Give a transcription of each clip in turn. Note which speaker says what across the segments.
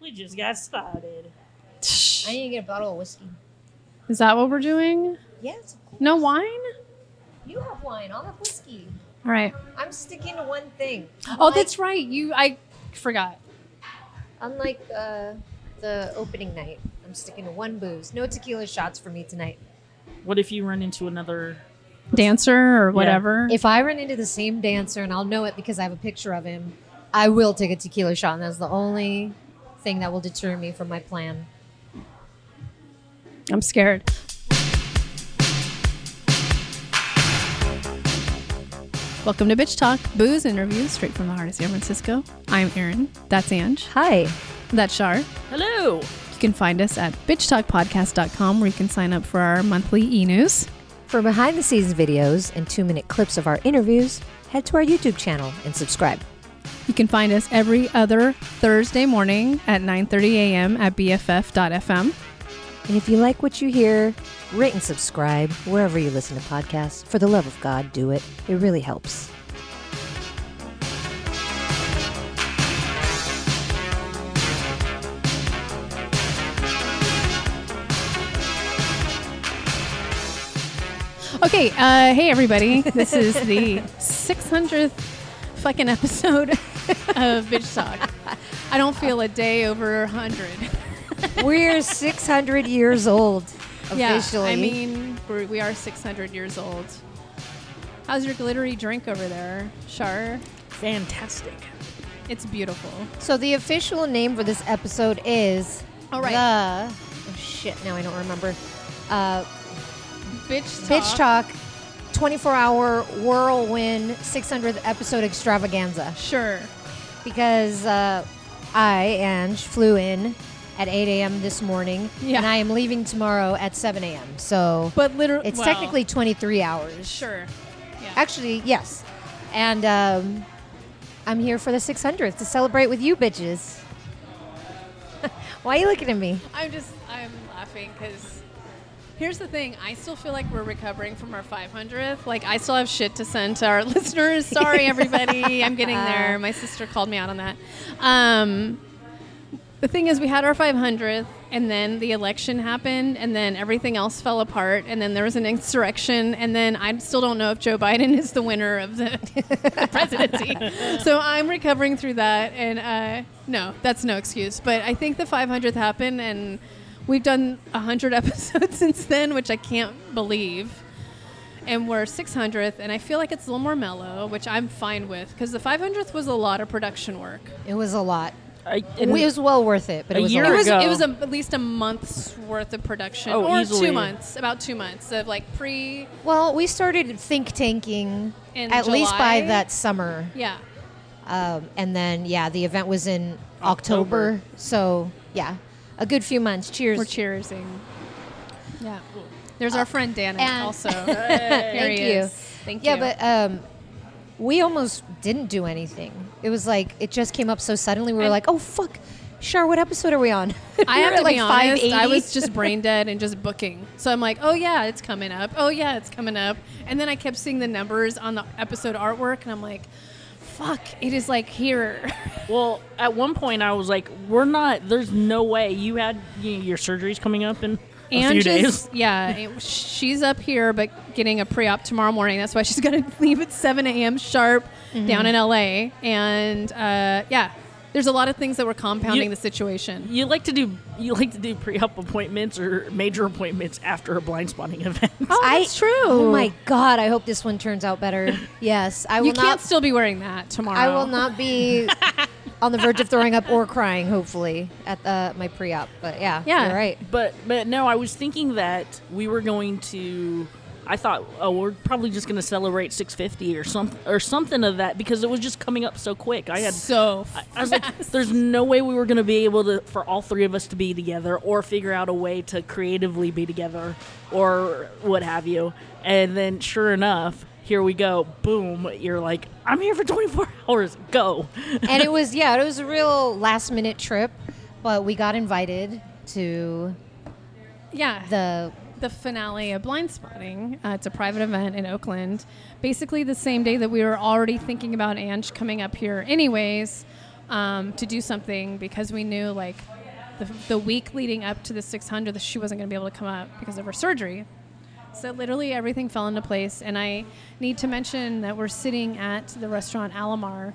Speaker 1: We just got started.
Speaker 2: I need to get a bottle of whiskey.
Speaker 3: Is that what we're doing?
Speaker 2: Yes, of course.
Speaker 3: No wine?
Speaker 2: You have wine. I'll have whiskey.
Speaker 3: All right.
Speaker 2: I'm sticking to one thing.
Speaker 3: Oh, that's right. You, I forgot.
Speaker 2: Unlike uh, the opening night, I'm sticking to one booze. No tequila shots for me tonight.
Speaker 1: What if you run into another?
Speaker 3: Dancer or whatever.
Speaker 2: If I run into the same dancer, and I'll know it because I have a picture of him, I will take a tequila shot, and that's the only thing that will deter me from my plan.
Speaker 3: I'm scared. Welcome to Bitch Talk, booze interviews straight from the heart of San Francisco. I'm Erin. That's Ange.
Speaker 2: Hi.
Speaker 3: That's Shar.
Speaker 1: Hello.
Speaker 3: You can find us at bitchtalkpodcast.com where you can sign up for our monthly e news.
Speaker 2: For behind the scenes videos and two minute clips of our interviews, head to our YouTube channel and subscribe.
Speaker 3: You can find us every other Thursday morning at 9:30 a.m. at bff.fm.
Speaker 2: And if you like what you hear, rate and subscribe wherever you listen to podcasts. For the love of God, do it. It really helps.
Speaker 3: Okay, uh, hey everybody, this is the 600th fucking episode of Bitch Talk. I don't feel a day over 100.
Speaker 2: We're 600 years old
Speaker 3: Yeah,
Speaker 2: officially.
Speaker 3: I mean we're, we are 600 years old. How's your glittery drink over there, Char?
Speaker 1: Fantastic.
Speaker 3: It's beautiful.
Speaker 2: so the official name for this episode is
Speaker 3: All right.
Speaker 2: the oh shit, now I don't remember. Uh,
Speaker 3: Bitch Talk.
Speaker 2: Bitch Talk 24 hour whirlwind 600th episode extravaganza.
Speaker 3: Sure.
Speaker 2: because uh, I, Ange, flew in at 8 a.m. this morning,
Speaker 3: Yeah.
Speaker 2: and I am leaving tomorrow at 7 a.m. So
Speaker 3: But literally
Speaker 2: it's technically 23 hours.
Speaker 3: sure. Yeah.
Speaker 2: Actually, yes. And um, I'm here for the 600th to celebrate with you bitches. Why are you looking at me?
Speaker 3: I'm just I'm laughing because here's the thing. I still feel like we're recovering from our 500th. Like I still have shit to send to our listeners. Sorry, everybody. I'm getting there. My sister called me out on that. Um, the thing is, we had our 500th, and then the election happened, and then everything else fell apart, and then there was an insurrection, and then I still don't know if Joe Biden is the winner of the, the presidency. so I'm recovering through that, and uh, no, that's no excuse. But I think the 500th happened, and we've done 100 episodes since then, which I can't believe and we're 600th and i feel like it's a little more mellow which i'm fine with because the 500th was a lot of production work
Speaker 2: It was a lot.
Speaker 1: I,
Speaker 2: It
Speaker 1: and
Speaker 2: was well worth it, but
Speaker 1: A
Speaker 2: it was
Speaker 1: year
Speaker 2: a
Speaker 3: it
Speaker 2: lot.
Speaker 3: was
Speaker 1: ago.
Speaker 3: it was a, at least a month's worth of production
Speaker 1: Oh,
Speaker 3: or
Speaker 1: easily.
Speaker 3: two months about two months of like pre
Speaker 2: Well, we started think tanking
Speaker 3: In
Speaker 2: at least by
Speaker 3: July?
Speaker 2: that summer.
Speaker 3: yeah
Speaker 2: Um, and then, yeah, the event was in October.
Speaker 1: October.
Speaker 2: So, yeah, a good few months. Cheers.
Speaker 3: we're cheersing yeah there's our friend Dana
Speaker 2: and-
Speaker 3: also There
Speaker 2: Thank
Speaker 3: he
Speaker 2: you.
Speaker 3: is. thank
Speaker 2: yeah,
Speaker 3: you
Speaker 2: but um, we almost didn't do anything. It was like, it just came up so suddenly. We were
Speaker 3: And-
Speaker 2: like, oh, fuck. Shar, what episode are we on?
Speaker 3: I
Speaker 2: We were
Speaker 3: have to
Speaker 2: at, like
Speaker 3: be honest.
Speaker 2: 580.
Speaker 3: I was just brain dead and just booking. So I'm like, oh yeah, it's coming up. Oh yeah, it's coming up. And then I kept seeing the numbers on the episode artwork, and I'm like, fuck, it is like here.
Speaker 1: well, at one point I was like, "We're not. There's no way you had you your surgeries coming up in a few
Speaker 3: Ange
Speaker 1: days."
Speaker 3: is- yeah, it- she's up here, but getting a pre-op tomorrow morning. That's why she's gonna leave at 7 a.m. sharp
Speaker 2: Mm-hmm.
Speaker 3: down in LA. And uh, yeah, there's a lot of things that were compounding
Speaker 1: You-
Speaker 3: the situation.
Speaker 1: You like to do you like to do pre-op appointments or major appointments after a blind spotting event.
Speaker 3: Oh,
Speaker 2: I-
Speaker 3: that's true.
Speaker 2: Oh, my God. I hope this one turns out better. yes. I will
Speaker 3: You can't
Speaker 2: not.
Speaker 3: still be wearing that tomorrow.
Speaker 2: I will not be on the verge of throwing up or crying, hopefully, at the, my pre op. But yeah,
Speaker 3: Yeah.
Speaker 2: you're right.
Speaker 1: But but no, I was thinking that we were going to. I thought, oh, we're probably just going to celebrate 650 or some or something of that because it was just coming up so quick. I had.
Speaker 3: So
Speaker 1: I, I was like, there's no way we were going to be able to for all three of us to be together or figure out a way to creatively be together or what have you. And then, sure enough, here we go. Boom! You're like, I'm here for 24 hours. Go.
Speaker 2: and it was yeah, it was a real last minute trip, but we got invited to
Speaker 3: yeah,
Speaker 2: the
Speaker 3: the finale of Blind Spotting. Uh, it's a private event in Oakland. Basically, the same day that we were already thinking about Ange coming up here, anyways. um, to do something because we knew like the, the week leading up to the 600 that she wasn't going to be able to come up because of her surgery. So literally everything fell into place. And I need to mention that we're sitting at the restaurant Alamar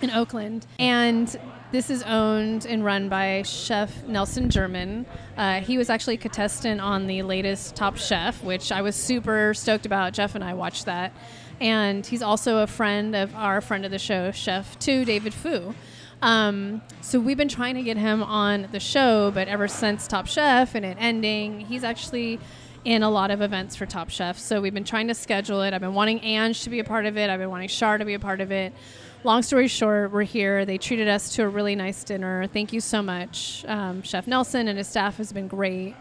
Speaker 3: in Oakland. And this is owned and run by Chef Nelson German. Uh, he was actually a contestant on the latest Top Chef, which I was super stoked about. Jeff and I watched that. And he's also a friend of our friend of the show, Chef 2, David Fu. Um, so we've been trying to get him on the show, but ever since Top Chef and it ending, he's actually in a lot of events for Top Chef. So we've been trying to schedule it. I've been wanting Ange to be a part of it. I've been wanting Shar to be a part of it. Long story short, we're here. They treated us to a really nice dinner. Thank you so much, um, Chef Nelson and his staff has been great.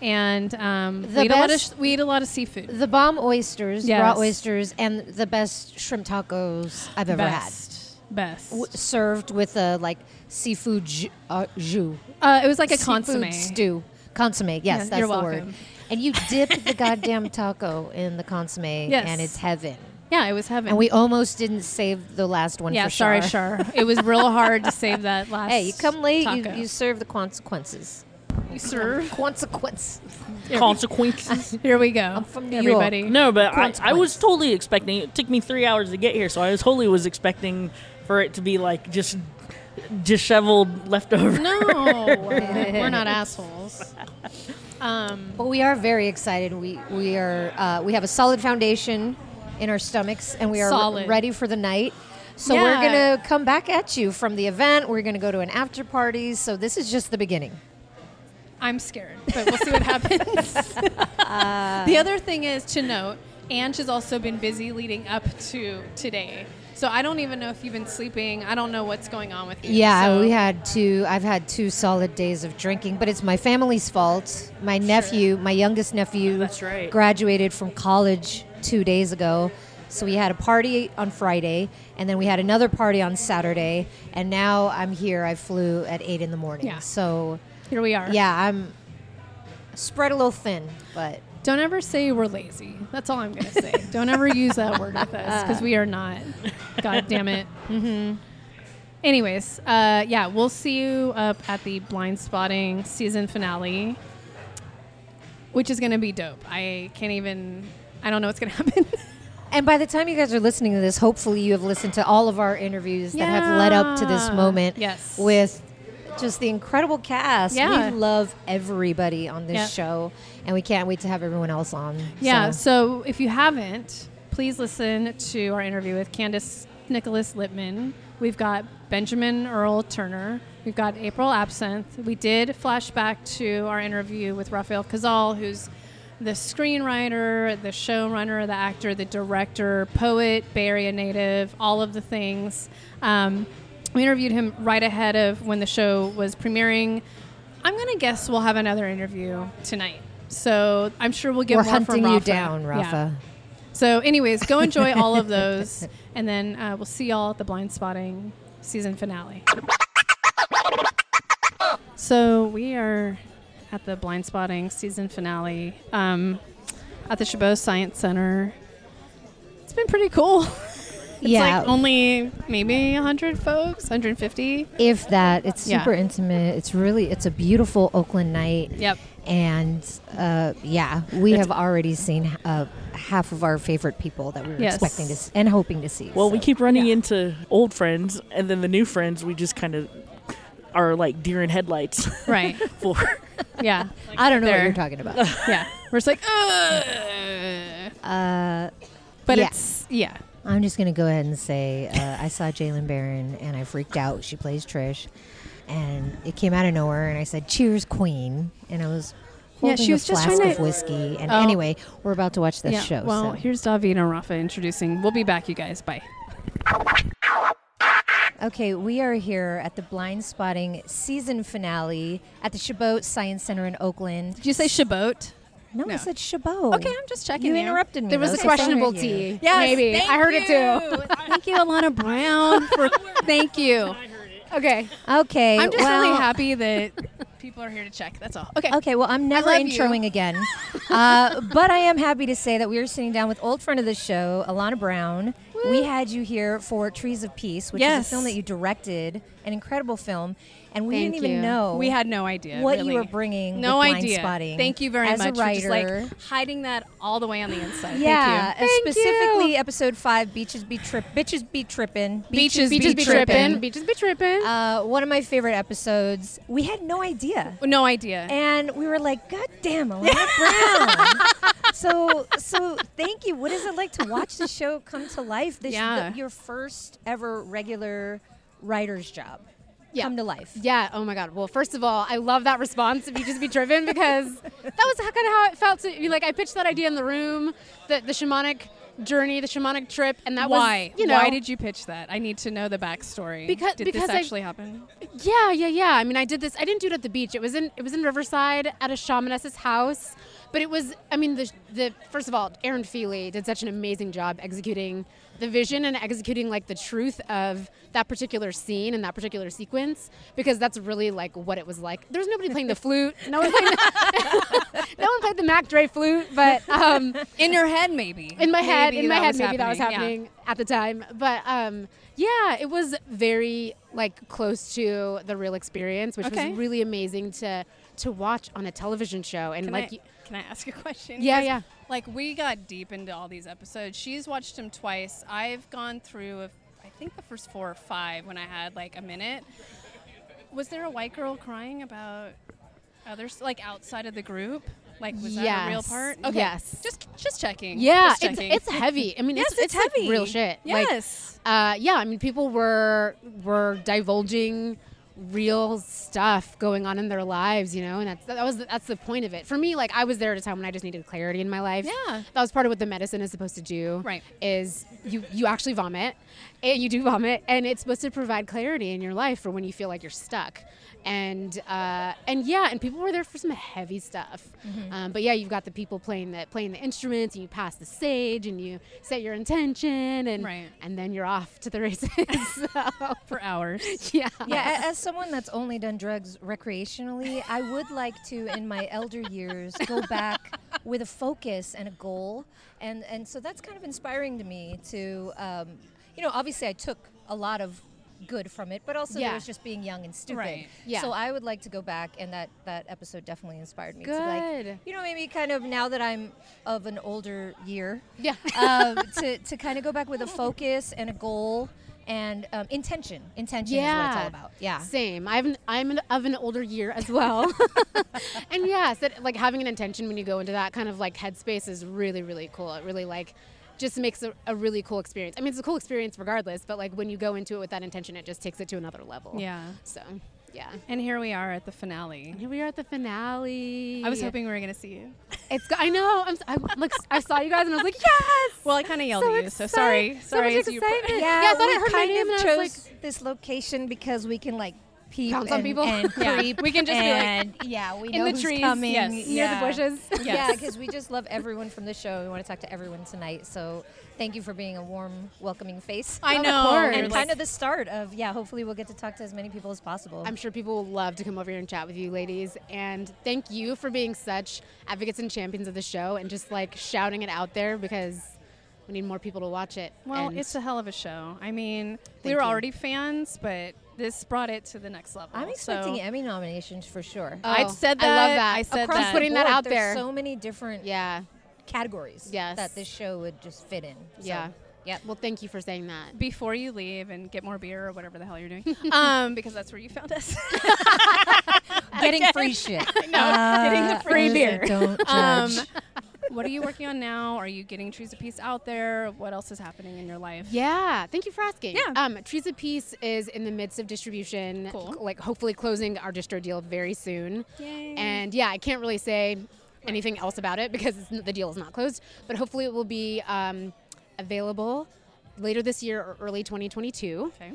Speaker 3: And um,
Speaker 2: The
Speaker 3: we, ate a lot of,
Speaker 2: best-
Speaker 3: we ate a lot of seafood.
Speaker 2: The bomb oysters, raw
Speaker 3: Yes.
Speaker 2: oysters, and the best shrimp tacos I've ever
Speaker 3: best, best.
Speaker 2: had. W- served with a like seafood ju- uh, jus.
Speaker 3: Uh, it was like a
Speaker 2: Seafood
Speaker 3: consomme.
Speaker 2: stew. Consomme, yes,
Speaker 3: Yeah,
Speaker 2: that's
Speaker 3: you're
Speaker 2: the word.
Speaker 3: welcome.
Speaker 2: And you dip the goddamn taco in the consomme,
Speaker 3: Yes.
Speaker 2: and it's heaven.
Speaker 3: Yeah, it was heaven.
Speaker 2: And we almost didn't save the last one.
Speaker 3: yeah,
Speaker 2: for
Speaker 3: sorry,
Speaker 2: Shar.
Speaker 3: Shar. It was real hard to save that last.
Speaker 2: Hey, you come late, you,
Speaker 3: taco.
Speaker 2: you serve the consequences.
Speaker 3: You serve.
Speaker 2: Consequences.
Speaker 1: Consequences.
Speaker 3: Here we go. I'm
Speaker 2: from New
Speaker 3: Everybody.
Speaker 1: No, but I, I
Speaker 2: Consequence.
Speaker 1: was totally expecting. It took me three hours to get here, so I was totally was expecting for it to be like just disheveled leftover.
Speaker 3: No, we're not assholes. Um,
Speaker 2: But we are very excited. We we are uh, we have a solid foundation in our stomachs, and we are
Speaker 3: Solid.
Speaker 2: ready for the night. So
Speaker 3: Yeah.
Speaker 2: we're gonna come back at you from the event. We're gonna go to an after party. So this is just the beginning.
Speaker 3: I'm scared, but we'll see what happens. the other thing is to note, Ange has also been busy leading up to today. So I don't even know if you've been sleeping. I don't know what's going on with you.
Speaker 2: Yeah,
Speaker 3: So-
Speaker 2: we had two. I've had two solid days of drinking, but it's my family's fault. My nephew, my youngest nephew,
Speaker 1: that's right.
Speaker 2: graduated from college two days ago. So we had a party on Friday, and then we had another party on Saturday, and now I'm here. I flew at eight in the morning.
Speaker 3: Yeah.
Speaker 2: So
Speaker 3: Here we are.
Speaker 2: yeah, I'm spread a little thin, but
Speaker 3: Don't ever say we're lazy. That's all I'm going to say. Don't ever use that word with us because we are not. God damn it. Mm-hmm. Anyways, uh, yeah, we'll see you up at the blind spotting season finale, which is going to be dope. I can't even, I don't know what's going to happen.
Speaker 2: And by the time you guys are listening to this, hopefully you have listened to all of our interviews that have led up to this
Speaker 3: Yeah.
Speaker 2: moment.
Speaker 3: Yes.
Speaker 2: With just the incredible cast.
Speaker 3: Yeah.
Speaker 2: We love everybody on this
Speaker 3: Yeah.
Speaker 2: show, and we can't wait to have everyone else on.
Speaker 3: yeah,
Speaker 2: So,
Speaker 3: so if you haven't, please listen to our interview with Candace Nicholas Littman. We've got Benjamin Earl Turner. We've got April Absinthe. We did flashback to our interview with Rafael Cazal, who's the screenwriter, the showrunner, the actor, the director, poet, Bay Area native, all of the things. Um, we interviewed him right ahead of when the show was premiering. I'm going to guess we'll have another interview tonight. So I'm sure we'll get
Speaker 2: we're
Speaker 3: more from
Speaker 2: hunting you
Speaker 3: Rafa.
Speaker 2: down,
Speaker 3: Yeah.
Speaker 2: Rafa.
Speaker 3: So, anyways, go enjoy all of those, and then uh, we'll see y'all at the blind spotting season finale. So we are at the blind spotting season finale um, at the Chabot Science Center. It's been pretty cool. It's
Speaker 2: Yeah.
Speaker 3: like only maybe 100 folks, 150.
Speaker 2: if that, it's
Speaker 3: Yeah.
Speaker 2: super intimate. It's really, it's a beautiful Oakland night.
Speaker 3: Yep.
Speaker 2: And uh, yeah, we have already seen uh, half of our favorite people that we were
Speaker 3: Yes.
Speaker 2: expecting to s- and hoping to see.
Speaker 1: Well,
Speaker 2: so.
Speaker 1: we keep running
Speaker 3: yeah.
Speaker 1: into old friends, and then the new friends we just kind of are like deer in headlights
Speaker 3: Right.
Speaker 1: for.
Speaker 3: Yeah.
Speaker 2: I don't know what
Speaker 3: there.
Speaker 2: you're talking about.
Speaker 3: Yeah. We're just like, Ugh.
Speaker 2: uh,
Speaker 3: but
Speaker 2: Yeah.
Speaker 3: it's, yeah.
Speaker 2: I'm just gonna go ahead and say uh, I saw Jalen Barron and I freaked out. She plays Trish, and it came out of nowhere. And I said, "Cheers, Queen!" And I was
Speaker 3: Yeah,
Speaker 2: holding
Speaker 3: she was
Speaker 2: a
Speaker 3: just
Speaker 2: flask
Speaker 3: trying
Speaker 2: of
Speaker 3: to-
Speaker 2: whiskey. And
Speaker 3: Oh.
Speaker 2: anyway, we're about to watch this show. so.
Speaker 3: Well, here's Davina Rafa introducing. We'll be back, you guys. Bye.
Speaker 2: Okay, we are here at the Blind Spotting season finale at the Chabot Science Center in Oakland.
Speaker 3: Did you say Chabot?
Speaker 2: No, I
Speaker 3: No.
Speaker 2: said Chabot.
Speaker 3: Okay, I'm just checking.
Speaker 2: You interrupted me.
Speaker 3: There was
Speaker 2: though,
Speaker 3: a
Speaker 2: so I
Speaker 3: questionable
Speaker 2: heard you.
Speaker 3: T. Yeah, maybe I heard it too. thank you, Alana Brown. For, thank you. Okay,
Speaker 2: Okay,
Speaker 3: I'm just
Speaker 2: well,
Speaker 3: really happy that people are here to check. That's all. Okay.
Speaker 2: Okay, well, I'm never
Speaker 3: love you.
Speaker 2: introing again. uh, but I am happy to say that we are sitting down with old friend of the show, Alana Brown, We had you here for Trees of Peace, which is
Speaker 3: Yes.
Speaker 2: a film that you directed, an incredible film, and we
Speaker 4: Thank
Speaker 2: didn't even
Speaker 4: you.
Speaker 2: know
Speaker 3: We had no idea
Speaker 2: what
Speaker 3: really.
Speaker 2: you were bringing.
Speaker 3: No
Speaker 2: with
Speaker 3: idea.
Speaker 2: Blind spotting
Speaker 3: Thank you very
Speaker 2: as
Speaker 3: much
Speaker 2: a writer.
Speaker 3: for just like hiding that all the way on the inside.
Speaker 2: yeah,
Speaker 3: Thank you.
Speaker 2: and specifically episode five, beaches be trip, bitches be tripping,
Speaker 3: Beaches
Speaker 4: Beaches be tripping.
Speaker 3: trippin'.
Speaker 4: Beaches be tripping.
Speaker 2: Uh, one of my favorite episodes. We had no idea.
Speaker 3: No idea.
Speaker 2: and we were like, "God damn, Alana Brown!" so, so thank you. What is it like to watch the show come to life? This
Speaker 3: Yeah.
Speaker 2: your first ever regular writer's job
Speaker 4: Yeah.
Speaker 2: come to life.
Speaker 4: Yeah. Oh my God. Well, first of all, I love that response. If you just be driven, because that was kind of how it felt to be like. I pitched that idea in the room, the the shamanic journey, the shamanic trip, and that
Speaker 3: Why?
Speaker 4: was you know
Speaker 3: Why did you pitch that? I need to know the backstory.
Speaker 4: Because-
Speaker 3: did
Speaker 4: because
Speaker 3: this
Speaker 4: I-
Speaker 3: actually happen?
Speaker 4: Yeah, yeah, yeah. I mean, I did this. I didn't do it at the beach. It was in it was in Riverside at a shamaness's house. But it was. I mean, the the first of all, Aaron Feely did such an amazing job executing the vision and executing like the truth of that particular scene and that particular sequence because that's really like what it was like. There was nobody playing the flute. No one played the, no one played the Mac Dre flute, but. Um,
Speaker 3: In your head, maybe.
Speaker 4: in my head,
Speaker 3: Maybe
Speaker 4: in my
Speaker 3: that
Speaker 4: head, maybe that was
Speaker 3: yeah.
Speaker 4: happening at the time. But um, yeah, it was very like close to the real experience, which
Speaker 3: Okay.
Speaker 4: was really amazing to to watch on a television show. And
Speaker 3: Can
Speaker 4: like,
Speaker 3: I,
Speaker 4: y-
Speaker 3: can I ask a question?
Speaker 4: Yeah,
Speaker 3: 'Cause,
Speaker 4: yeah.
Speaker 3: Like we got deep into all these episodes. She's watched them twice. I've gone through, a, I think the first four or five when I had like a minute. Was there a white girl crying about others like outside of the group? Like was that a real
Speaker 4: Yes,
Speaker 3: part?
Speaker 4: yes.
Speaker 3: Just just checking.
Speaker 4: yeah,
Speaker 3: Just
Speaker 4: it's,
Speaker 3: checking.
Speaker 4: it's heavy. I mean,
Speaker 2: Yes,
Speaker 4: it's,
Speaker 2: it's
Speaker 4: like,
Speaker 2: heavy.
Speaker 4: real shit. Like,
Speaker 3: Yes.
Speaker 4: uh, yeah, I mean, people were were divulging real stuff going on in their lives, you know, and that's that was that's the point of it. For me, like I was there at a time when I just needed clarity in my life.
Speaker 3: Yeah.
Speaker 4: that was part of what the medicine is supposed to do.
Speaker 3: Right.
Speaker 4: is you you actually vomit, and you do vomit, and it's supposed to provide clarity in your life for when you feel like you're stuck. And uh, and yeah, and people were there for some heavy stuff.
Speaker 3: Mm-hmm.
Speaker 4: Um, but yeah, you've got the people playing the playing the instruments, and you pass the sage, and you set your intention, and
Speaker 3: Right.
Speaker 4: and then you're off to the races. So,
Speaker 3: for hours.
Speaker 4: yeah.
Speaker 2: Yeah, a- as someone that's only done drugs recreationally, I would like to, in my elder years, go back with a focus and a goal, and and so that's kind of inspiring to me. To um, you know, obviously, I took a lot of good from it, but also
Speaker 4: Yeah.
Speaker 2: there was just being young and stupid.
Speaker 3: Right.
Speaker 4: Yeah.
Speaker 2: So I would like to go back, and that that episode definitely inspired me to like,
Speaker 4: Good.
Speaker 2: you know, maybe kind of now that I'm of an older year,
Speaker 4: Yeah.
Speaker 2: um, to, to kind of go back with a focus and a goal and um, intention. Intention is what it's all about. Yeah.
Speaker 4: Same. I'm I'm an, of an older year as well. and yes, that, like having an intention when you go into that kind of like headspace is really really cool. It really like just makes a, a really cool experience. I mean, it's a cool experience regardless, but like when you go into it with that intention, it just takes it to another level.
Speaker 3: Yeah.
Speaker 4: So, yeah.
Speaker 3: And here we are at the finale.
Speaker 4: Here we are at the finale.
Speaker 3: I was hoping we were gonna see you.
Speaker 4: it's. go- I know. I'm. s- I look. I saw you guys, and I was like, yes.
Speaker 3: Well, I kind of yelled
Speaker 4: So
Speaker 3: at you, so
Speaker 4: excited-
Speaker 3: sorry.
Speaker 4: so
Speaker 3: Sorry,
Speaker 4: much
Speaker 3: it's you. pro-
Speaker 4: excitement.
Speaker 2: Yeah,
Speaker 4: Yeah, I thought
Speaker 2: we
Speaker 4: I heard my
Speaker 2: kind
Speaker 4: name
Speaker 2: of
Speaker 4: and I
Speaker 2: chose
Speaker 4: was
Speaker 2: this location because we can like peep
Speaker 4: Pounce
Speaker 2: and,
Speaker 4: on people?
Speaker 2: and
Speaker 3: Yeah.
Speaker 2: creep.
Speaker 3: We can just be like,
Speaker 2: and, yeah, we
Speaker 3: in
Speaker 2: know
Speaker 3: the
Speaker 2: who's
Speaker 3: trees,
Speaker 2: coming.
Speaker 3: yes,
Speaker 4: near
Speaker 2: yeah.
Speaker 4: the bushes.
Speaker 3: Yes.
Speaker 2: Yeah, because we just love everyone from the show. We want to talk to everyone tonight. So thank you for being a warm, welcoming face.
Speaker 3: I
Speaker 4: Of
Speaker 3: know.
Speaker 4: course.
Speaker 3: we were
Speaker 2: and
Speaker 3: like-
Speaker 2: kind of the start of yeah. Hopefully, we'll get to talk to as many people as possible.
Speaker 4: I'm sure people will love to come over here and chat with you, ladies. And thank you for being such advocates and champions of the show and just like shouting it out there because we need more people to watch it.
Speaker 3: Well,
Speaker 4: And
Speaker 3: it's a hell of a show. I mean, we
Speaker 4: Thank
Speaker 3: were
Speaker 4: you.
Speaker 3: already fans, but this brought it to the next level.
Speaker 2: I'm expecting
Speaker 3: so-
Speaker 2: Emmy nominations for sure.
Speaker 4: Oh,
Speaker 3: I said
Speaker 4: I love
Speaker 3: that,
Speaker 4: that.
Speaker 3: I said
Speaker 4: Across
Speaker 3: that.
Speaker 4: putting that
Speaker 2: board,
Speaker 4: out
Speaker 2: there's
Speaker 4: there.
Speaker 2: so many different
Speaker 4: yeah.
Speaker 2: categories
Speaker 4: Yes.
Speaker 2: that this show would just fit in. So,
Speaker 4: Yeah.
Speaker 2: Yep.
Speaker 4: Well, thank you for saying that.
Speaker 3: Before you leave and get more beer or whatever the hell you're doing, um, because that's where you found us.
Speaker 2: Getting free shit.
Speaker 3: No, getting the free
Speaker 2: uh,
Speaker 3: beer.
Speaker 2: Don't
Speaker 3: Um,
Speaker 2: judge.
Speaker 3: what are you working on now? Are you getting Trees of Peace out there? What else is happening in your life?
Speaker 4: Yeah, thank you for asking.
Speaker 3: Yeah.
Speaker 4: Um, Trees of Peace is in the midst of distribution,
Speaker 3: Cool.
Speaker 4: c- like hopefully closing our distro deal very soon.
Speaker 3: Yay.
Speaker 4: And yeah, I can't really say anything else about it because it's, n- the deal is not closed, but hopefully it will be um, available later this year or early 2022.
Speaker 3: Okay.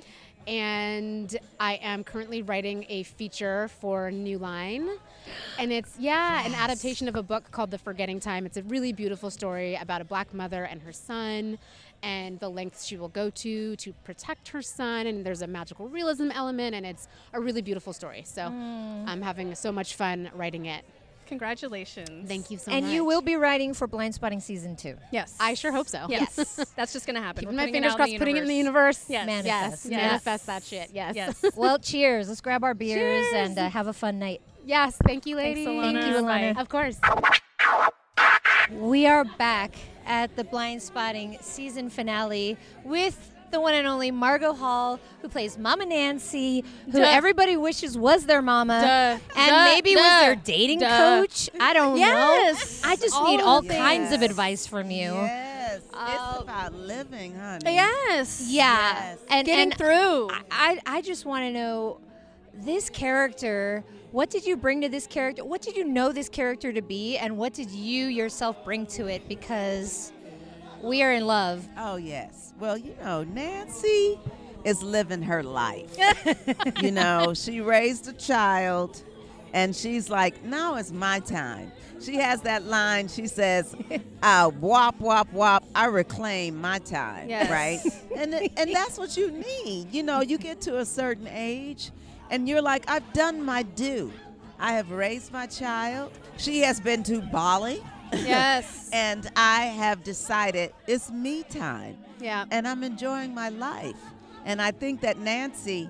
Speaker 4: And I am currently writing a feature for New Line. And it's, yeah, an adaptation of a book called The Forgetting Time. It's a really beautiful story about a black mother and her son and the lengths she will go to to protect her son. And there's a magical realism element, and it's a really beautiful story. So I'm having so much fun writing it.
Speaker 3: Congratulations.
Speaker 4: Thank you so much.
Speaker 2: and you will be writing for Blind Spotting season two.
Speaker 3: Yes.
Speaker 4: I sure hope so.
Speaker 3: Yes. That's just going to happen.
Speaker 4: Keeping
Speaker 3: We're
Speaker 4: my
Speaker 3: putting it
Speaker 4: fingers
Speaker 3: out in
Speaker 4: crossed, putting it in the universe.
Speaker 3: Yes.
Speaker 2: Manifest.
Speaker 4: Yes.
Speaker 3: Yes.
Speaker 4: Manifest that shit. Yes.
Speaker 3: Yes.
Speaker 2: well, cheers. Let's grab our beers and uh, have a fun night.
Speaker 4: Yes, Thank you, ladies.
Speaker 3: Thank
Speaker 2: you, Alana. Bye.
Speaker 4: Of course.
Speaker 2: We are back at the Blind Spotting season finale with the one and only Margot Hall, who plays Mama Nancy, who
Speaker 4: Duh.
Speaker 2: everybody wishes was their mama,
Speaker 4: Duh.
Speaker 2: and
Speaker 4: Duh.
Speaker 2: maybe was
Speaker 4: Duh.
Speaker 2: their dating
Speaker 4: Duh.
Speaker 2: coach. I don't
Speaker 5: Yes.
Speaker 2: know. I just
Speaker 4: All
Speaker 2: need
Speaker 4: of
Speaker 2: all
Speaker 4: the
Speaker 2: kinds of
Speaker 5: things.
Speaker 2: advice from you.
Speaker 5: Yes.
Speaker 2: Uh,
Speaker 5: it's about living, honey.
Speaker 3: Yes.
Speaker 2: Yeah.
Speaker 5: Yes.
Speaker 2: And,
Speaker 3: Getting
Speaker 2: and
Speaker 3: through.
Speaker 2: I, I, I just want to know this character. What did you bring to this character? What did you know this character to be, and what did you yourself bring to it? Because we are in love.
Speaker 5: Oh, yes. Well, you know, Nancy is living her life. you know, she raised a child and she's like, now is my time. She has that line, she says, uh, wop, wop, wop, I reclaim my time,
Speaker 3: Yes.
Speaker 5: right? And, it- and that's what you need. You know, you get to a certain age and you're like, I've done my due. I have raised my child. She has been to Bali.
Speaker 3: yes.
Speaker 5: And I have decided it's me time.
Speaker 3: Yeah.
Speaker 5: And I'm enjoying my life. And I think that Nancy,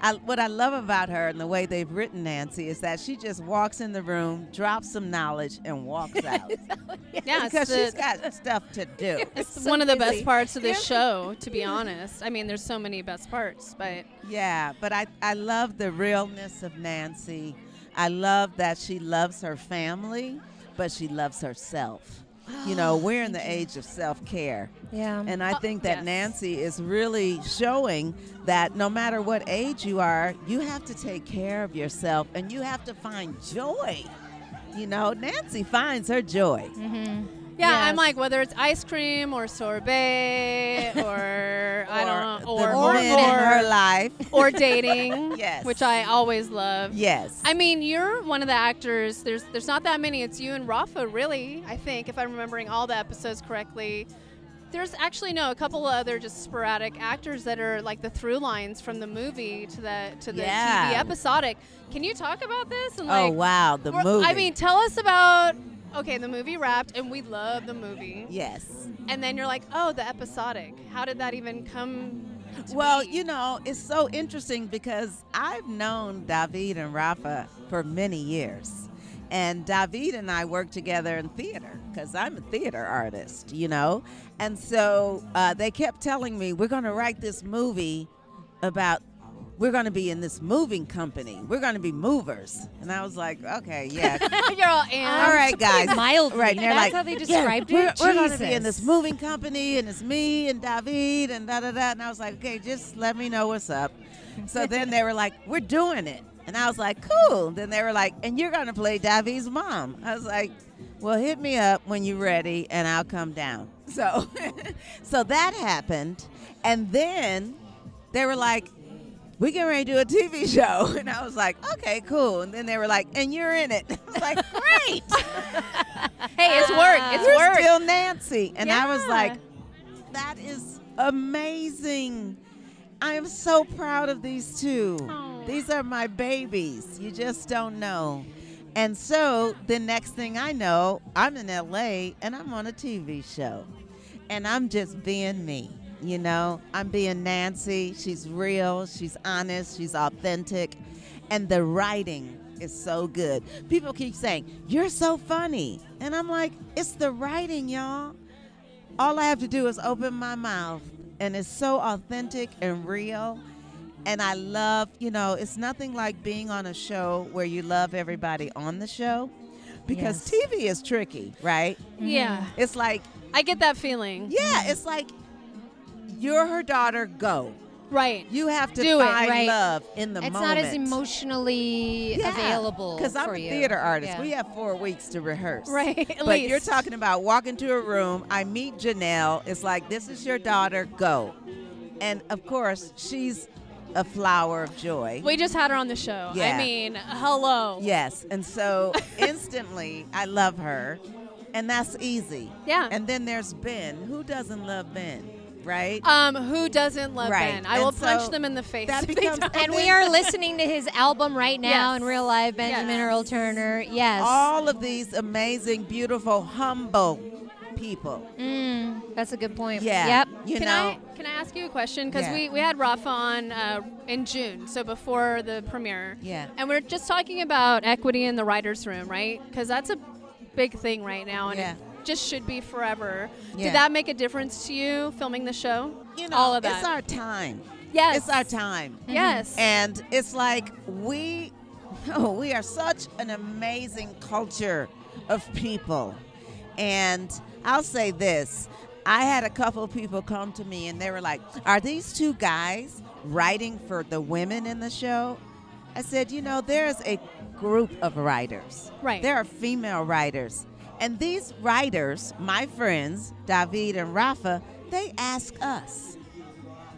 Speaker 5: I, what I love about her and the way they've written Nancy is that she just walks in the room, drops some knowledge, and walks out.
Speaker 3: Yeah. it's
Speaker 5: because
Speaker 3: the-
Speaker 5: she's got stuff to do.
Speaker 3: it's one of the best parts of this show, to be honest. I mean, there's so many best parts, but
Speaker 5: Yeah, but I, I love the realness of Nancy. I love that she loves her family, but she loves herself. You know, we're in the age of self care.
Speaker 2: Yeah.
Speaker 5: And I think that
Speaker 3: yes.
Speaker 5: Nancy is really showing that no matter what age you are, you have to take care of yourself and you have to find joy. You know, Nancy finds her joy.
Speaker 3: yeah, I'm
Speaker 4: Yes.
Speaker 3: like whether it's ice cream or sorbet or I don't know, or
Speaker 5: the
Speaker 3: or,
Speaker 5: men in her
Speaker 3: or,
Speaker 5: life.
Speaker 3: or dating,
Speaker 5: Yes.
Speaker 3: which I always love.
Speaker 5: Yes.
Speaker 3: I mean, you're one of the actors. There's there's not that many. It's you and Rafa, really. I think if I'm remembering all the episodes correctly. There's actually no a couple of other just sporadic actors that are like the through lines from the movie to the to the
Speaker 5: Yeah.
Speaker 3: TV episodic. Can you talk about this? And
Speaker 5: oh
Speaker 3: like,
Speaker 5: wow, the
Speaker 3: we're-
Speaker 5: movie.
Speaker 3: I mean, tell us about okay the movie wrapped, and we love the movie.
Speaker 5: yes.
Speaker 3: And then you're like, oh, the episodic. How did that even come? to
Speaker 5: Well,
Speaker 3: be?
Speaker 5: you know, it's so interesting because I've known David and Rafa for many years. And David and I worked together in theater because I'm a theater artist, you know? And so uh, they kept telling me, we're going to write this movie about, we're going to be in this moving company. We're going to be movers. And I was like, okay, yeah.
Speaker 3: you're all and.
Speaker 5: All right, guys.
Speaker 2: mildly.
Speaker 5: Right, and they're
Speaker 2: That's
Speaker 5: like,
Speaker 2: how they
Speaker 5: "Yeah,
Speaker 2: described
Speaker 5: we're,
Speaker 2: it?
Speaker 5: We're going to be in
Speaker 2: Jesus.
Speaker 5: this moving company, and it's me and David and da da da. And I was like, okay, just let me know what's up. So then they were like, we're doing it, and I was like, cool. Then they were like, and you're going to play David's mom. I was like, well, hit me up when you're ready, and I'll come down. So, so that happened, and then they were like. We can ready to do a TV show, and I was like, "Okay, cool." And then they were like, "And you're in it." I was like, "Great!"
Speaker 3: Hey, it's work. It's
Speaker 5: You're
Speaker 3: work.
Speaker 5: still Nancy. And I was
Speaker 3: Yeah.
Speaker 5: like, that is amazing. I am so proud of these two.
Speaker 3: Aw.
Speaker 5: These are my babies. You just don't know. And so the next thing I know, I'm in LA and I'm on a TV show. And I'm just being me, you know? I'm being Nancy. She's real, she's honest, she's authentic. And the writing is so good. People keep saying, You're so funny. And I'm like, It's the writing, y'all. All I have to do is open my mouth, and it's so authentic and real. And I love, you know, it's nothing like being on a show where you love everybody on the show because TV is tricky, right?
Speaker 3: Yeah,
Speaker 5: It's like,
Speaker 3: I get that feeling.
Speaker 5: yeah,
Speaker 2: Mm-hmm.
Speaker 5: it's like you're her daughter, go.
Speaker 3: Right.
Speaker 5: You have to
Speaker 3: Do it,
Speaker 5: find
Speaker 2: right.
Speaker 5: love in the
Speaker 2: it's
Speaker 5: moment.
Speaker 2: not as emotionally available
Speaker 5: Because I'm
Speaker 2: for
Speaker 5: a
Speaker 2: you.
Speaker 5: theater artist.
Speaker 2: Yeah.
Speaker 5: We have four weeks to rehearse.
Speaker 3: Right, at
Speaker 5: but
Speaker 3: least.
Speaker 5: you're talking about walking to a room. I meet Janelle. It's like, this is your daughter. Go. And of course, she's a flower of joy.
Speaker 3: We just had her on the show. I
Speaker 5: Yeah.
Speaker 3: mean, hello.
Speaker 5: Yes. And so instantly, I love her. And that's easy.
Speaker 3: Yeah.
Speaker 5: And then there's Ben. Who doesn't love Ben? right?
Speaker 3: Um, who doesn't love
Speaker 5: Right.
Speaker 3: Ben? I
Speaker 5: And
Speaker 3: will punch
Speaker 5: so
Speaker 3: them in the face.
Speaker 5: that
Speaker 3: if they
Speaker 5: becomes-
Speaker 3: don't.
Speaker 2: And we are listening to his album right now
Speaker 3: Yes.
Speaker 2: in real life, Benjamin
Speaker 3: Yes.
Speaker 2: Earl Turner. Yes.
Speaker 5: All of these amazing, beautiful, humble people.
Speaker 2: Mm, that's a good point.
Speaker 5: Yeah.
Speaker 2: Yep.
Speaker 5: You
Speaker 3: can
Speaker 5: know,
Speaker 3: I can I ask you a question? Because
Speaker 5: Yeah.
Speaker 3: we, we had Rafa on uh, in June, so before the premiere.
Speaker 5: Yeah.
Speaker 3: And we're just talking about equity in the writers' room, right? Because that's a big thing right now, and
Speaker 5: Yeah.
Speaker 3: it just should be forever.
Speaker 5: Yeah.
Speaker 3: Did that make a difference to you filming the show?
Speaker 5: you know,
Speaker 3: all of that.
Speaker 5: it's our time.
Speaker 3: yes.
Speaker 5: It's our time. Mm-hmm.
Speaker 3: Yes.
Speaker 5: And it's like we oh, we are such an amazing culture of people. And I'll say this. I had a couple of people come to me and they were like, "Are these two guys writing for the women in the show?" I said, "You know, there's a group of writers.
Speaker 3: Right.
Speaker 5: There are female writers. And these writers, my friends, David and Rafa, they ask us.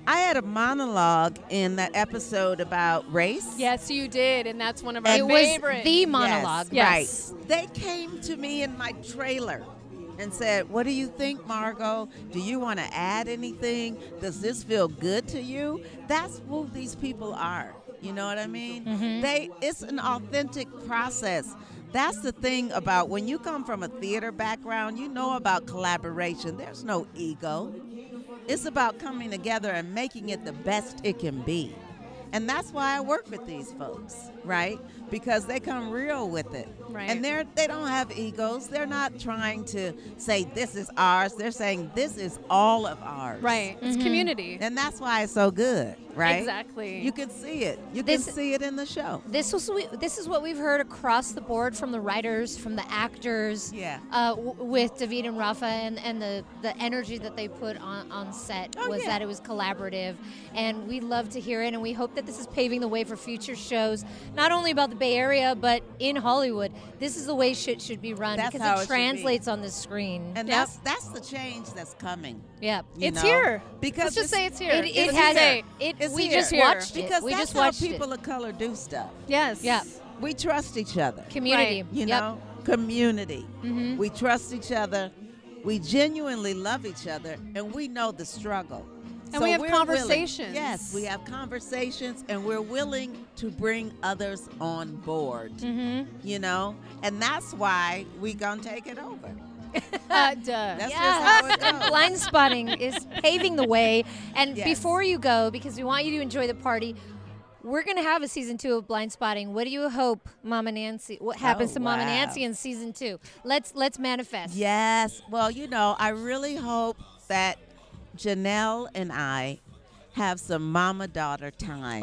Speaker 5: I had a monologue in that episode about race.
Speaker 3: yes, you did, and that's one of our
Speaker 5: It
Speaker 2: Was
Speaker 3: favorites.
Speaker 2: the
Speaker 5: Yes,
Speaker 2: monologue.
Speaker 3: Yes.
Speaker 5: Right. They came to me in my trailer and said, What do you think, Margot? Do you want to add anything? Does this feel good to you? That's who these people are. You know what I mean? They it's an authentic process. That's the thing about when you come from a theater background, you know about collaboration. There's no ego. It's about coming together and making it the best it can be. And that's why I work with these folks, right? Because they come real with it.
Speaker 3: Right.
Speaker 5: And they're they don't have egos. They're not trying to say this is ours. They're saying this is all of ours.
Speaker 3: Right. It's community.
Speaker 5: And Mm-hmm. that's why it's so good, right?
Speaker 3: Exactly.
Speaker 5: You can see it. You
Speaker 2: This-
Speaker 5: can see it in the show.
Speaker 2: This was we, this is what we've heard across the board from the writers, from the actors,
Speaker 5: Yeah.
Speaker 2: uh, w- with David and Rafa, and, and the, the energy that they put on, on set
Speaker 5: Oh,
Speaker 2: was
Speaker 5: yeah.
Speaker 2: that it was collaborative, and we love to hear it, and we hope that this is paving the way for future shows, not only about the Bay Area but in Hollywood. This is the way shit should be run
Speaker 5: That's how it
Speaker 2: because it
Speaker 5: should be.
Speaker 2: translates on the screen.
Speaker 5: And
Speaker 3: Yep.
Speaker 5: that's that's the change that's coming.
Speaker 2: yeah.
Speaker 5: you
Speaker 3: It's
Speaker 5: know?
Speaker 3: here.
Speaker 5: Because
Speaker 3: Let's just
Speaker 5: it's-
Speaker 3: say it's here.
Speaker 2: It,
Speaker 3: It's
Speaker 2: it has
Speaker 3: here.
Speaker 2: it.
Speaker 5: It's
Speaker 2: we
Speaker 5: here.
Speaker 2: just
Speaker 3: Here.
Speaker 2: watched it.
Speaker 5: because
Speaker 2: we
Speaker 5: that's
Speaker 2: just watched
Speaker 5: how
Speaker 2: it.
Speaker 5: people of color do stuff.
Speaker 3: Yes.
Speaker 2: Yeah.
Speaker 5: We trust each other.
Speaker 2: community.
Speaker 5: you
Speaker 2: Yep.
Speaker 5: know community
Speaker 3: Mm-hmm.
Speaker 5: we trust each other we genuinely love each other and we know the struggle
Speaker 3: And we have
Speaker 5: we're willing-
Speaker 3: conversations.
Speaker 5: yes we have conversations and we're willing to bring others on board
Speaker 3: Mm-hmm.
Speaker 5: you know and that's why we gonna take it over
Speaker 3: Uh, duh.
Speaker 5: that's
Speaker 2: Yes.
Speaker 5: just how it goes
Speaker 2: Blind spotting is paving the way. And
Speaker 5: Yes.
Speaker 2: before you go, because we want you to enjoy the party, we're going to have a season two of blind spotting. What do you hope, Mama Nancy? What happens
Speaker 5: Oh,
Speaker 2: to Mama
Speaker 5: wow.
Speaker 2: Nancy in season two? Let's let's manifest.
Speaker 5: Yes. Well, you know, I really hope that Janelle and I have some mama daughter time.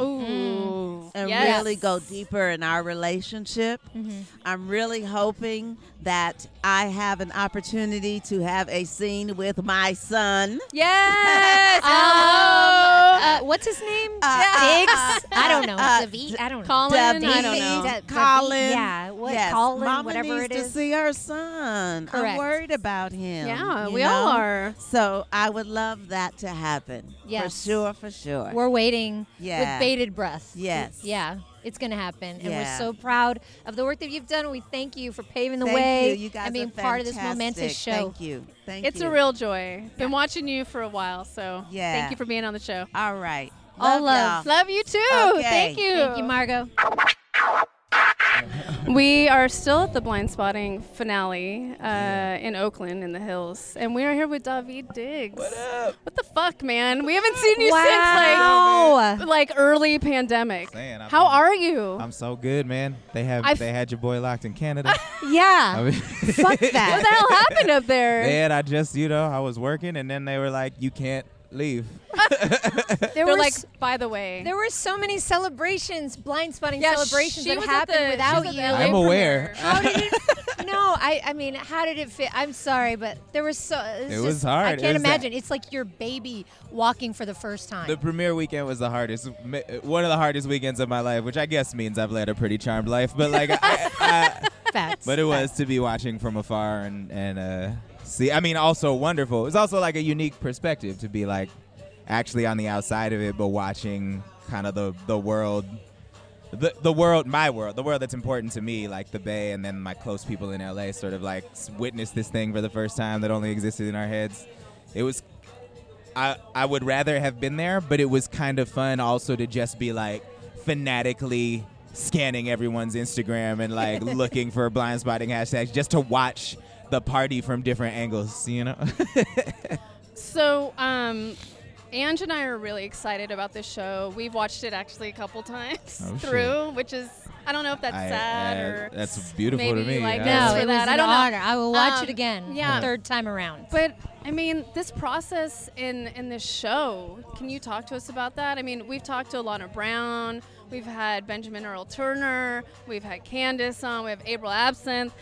Speaker 5: And
Speaker 3: Yes.
Speaker 5: really go deeper in our relationship.
Speaker 2: Mm-hmm.
Speaker 5: I'm really hoping that I have an opportunity to have a scene with my son.
Speaker 3: Yes.
Speaker 2: Um, uh, what's his name? Diggs? I don't know.
Speaker 5: uh,
Speaker 2: Davi- Oh, I don't know.
Speaker 3: Colin, I don't
Speaker 5: David,
Speaker 3: know.
Speaker 2: Da- Davi-
Speaker 5: Colin.
Speaker 2: yeah, what-
Speaker 5: yes.
Speaker 2: Colin,
Speaker 5: Mama
Speaker 2: whatever
Speaker 5: needs
Speaker 2: it
Speaker 5: to
Speaker 2: is.
Speaker 5: see her son. I'm
Speaker 2: Correct.
Speaker 5: worried about him.
Speaker 3: Yeah,
Speaker 5: you
Speaker 3: we all
Speaker 5: know?
Speaker 3: are.
Speaker 5: So I would love that to happen.
Speaker 2: Yes.
Speaker 5: For sure, for sure.
Speaker 2: We're waiting
Speaker 5: Yeah.
Speaker 2: with bated breath.
Speaker 5: Yes.
Speaker 2: Yeah. It's going to happen. And
Speaker 5: Yeah.
Speaker 2: we're so proud of the work that you've done. We thank you for paving the
Speaker 5: Thank
Speaker 2: way
Speaker 5: you. You guys
Speaker 2: and being
Speaker 5: are
Speaker 2: part of this
Speaker 5: fantastic.
Speaker 2: momentous show.
Speaker 5: Thank you. Thank
Speaker 3: It's
Speaker 5: you.
Speaker 3: a real joy. Been watching you for a while, so
Speaker 5: Yeah.
Speaker 3: thank you for being on the show.
Speaker 5: All right.
Speaker 2: All
Speaker 5: love. y'all.
Speaker 3: Love you too.
Speaker 5: Okay.
Speaker 3: Thank you.
Speaker 2: Thank you, Margot.
Speaker 3: we are still at the blind spotting finale uh, in Oakland in the hills, and we are here with David Diggs. What up? What the fuck, man? We haven't seen you since like like early pandemic.
Speaker 6: Saying, I've
Speaker 3: How
Speaker 6: been-
Speaker 3: are you?
Speaker 6: I'm so good, man. They have
Speaker 3: I f-
Speaker 6: they had your boy locked in Canada. I
Speaker 2: Yeah.
Speaker 6: mean,
Speaker 2: Fuck
Speaker 3: what
Speaker 2: that.
Speaker 3: the hell happened up there?
Speaker 6: man, I just you know I was working, and then they were like, you can't leave.
Speaker 2: There
Speaker 3: They're
Speaker 2: were
Speaker 3: like,
Speaker 2: s-
Speaker 3: by the way,
Speaker 2: there were so many celebrations, blind spotting
Speaker 3: Yeah,
Speaker 2: celebrations
Speaker 3: she
Speaker 2: that
Speaker 3: was at
Speaker 2: happened
Speaker 3: the- she
Speaker 2: without
Speaker 3: was at
Speaker 2: you.
Speaker 3: the LA
Speaker 6: I'm aware.
Speaker 3: premiere.
Speaker 2: How did it? No, I, I mean, how did it fit? I'm sorry, but there was so. It's
Speaker 6: It
Speaker 2: just,
Speaker 6: was hard.
Speaker 2: I
Speaker 6: It
Speaker 2: can't
Speaker 6: was that-
Speaker 2: imagine. It's like your baby walking for the first time.
Speaker 6: The premiere weekend was the hardest, ma- one of the hardest weekends of my life, which I guess means I've led a pretty charmed life. But like, I, I,
Speaker 2: Facts.
Speaker 6: but it was to be watching from afar and and uh, see. I mean, also wonderful. It was also like a unique perspective to be like actually on the outside of it, but watching kind of the the world, the the world, my world, the world that's important to me, like the Bay, and then my close people in LA, sort of like s- witnessed this thing for the first time that only existed in our heads. It was I I would rather have been there, but it was kind of fun also to just be like fanatically scanning everyone's Instagram and like looking for blind spotting hashtags just to watch the party from different angles, you know?
Speaker 3: So, um, Ange and I are really excited about this show. We've watched it actually a couple times
Speaker 6: Oh, shit.
Speaker 3: through, which is I don't know if that's
Speaker 6: I-
Speaker 3: sad
Speaker 6: uh,
Speaker 3: or
Speaker 6: that's beautiful to
Speaker 3: maybe
Speaker 6: me.
Speaker 3: Like
Speaker 6: I-
Speaker 3: this
Speaker 2: No,
Speaker 3: for
Speaker 2: it was
Speaker 3: that.
Speaker 2: an
Speaker 3: I don't know.
Speaker 2: honor. I will watch
Speaker 3: Um,
Speaker 2: it again.
Speaker 3: yeah.
Speaker 2: the third time around.
Speaker 3: But I mean, this process in in this show. Can you talk to us about that? I mean, we've talked to Alana Brown. We've had Benjamin Earl Turner. We've had Candace on. We have April Absinthe.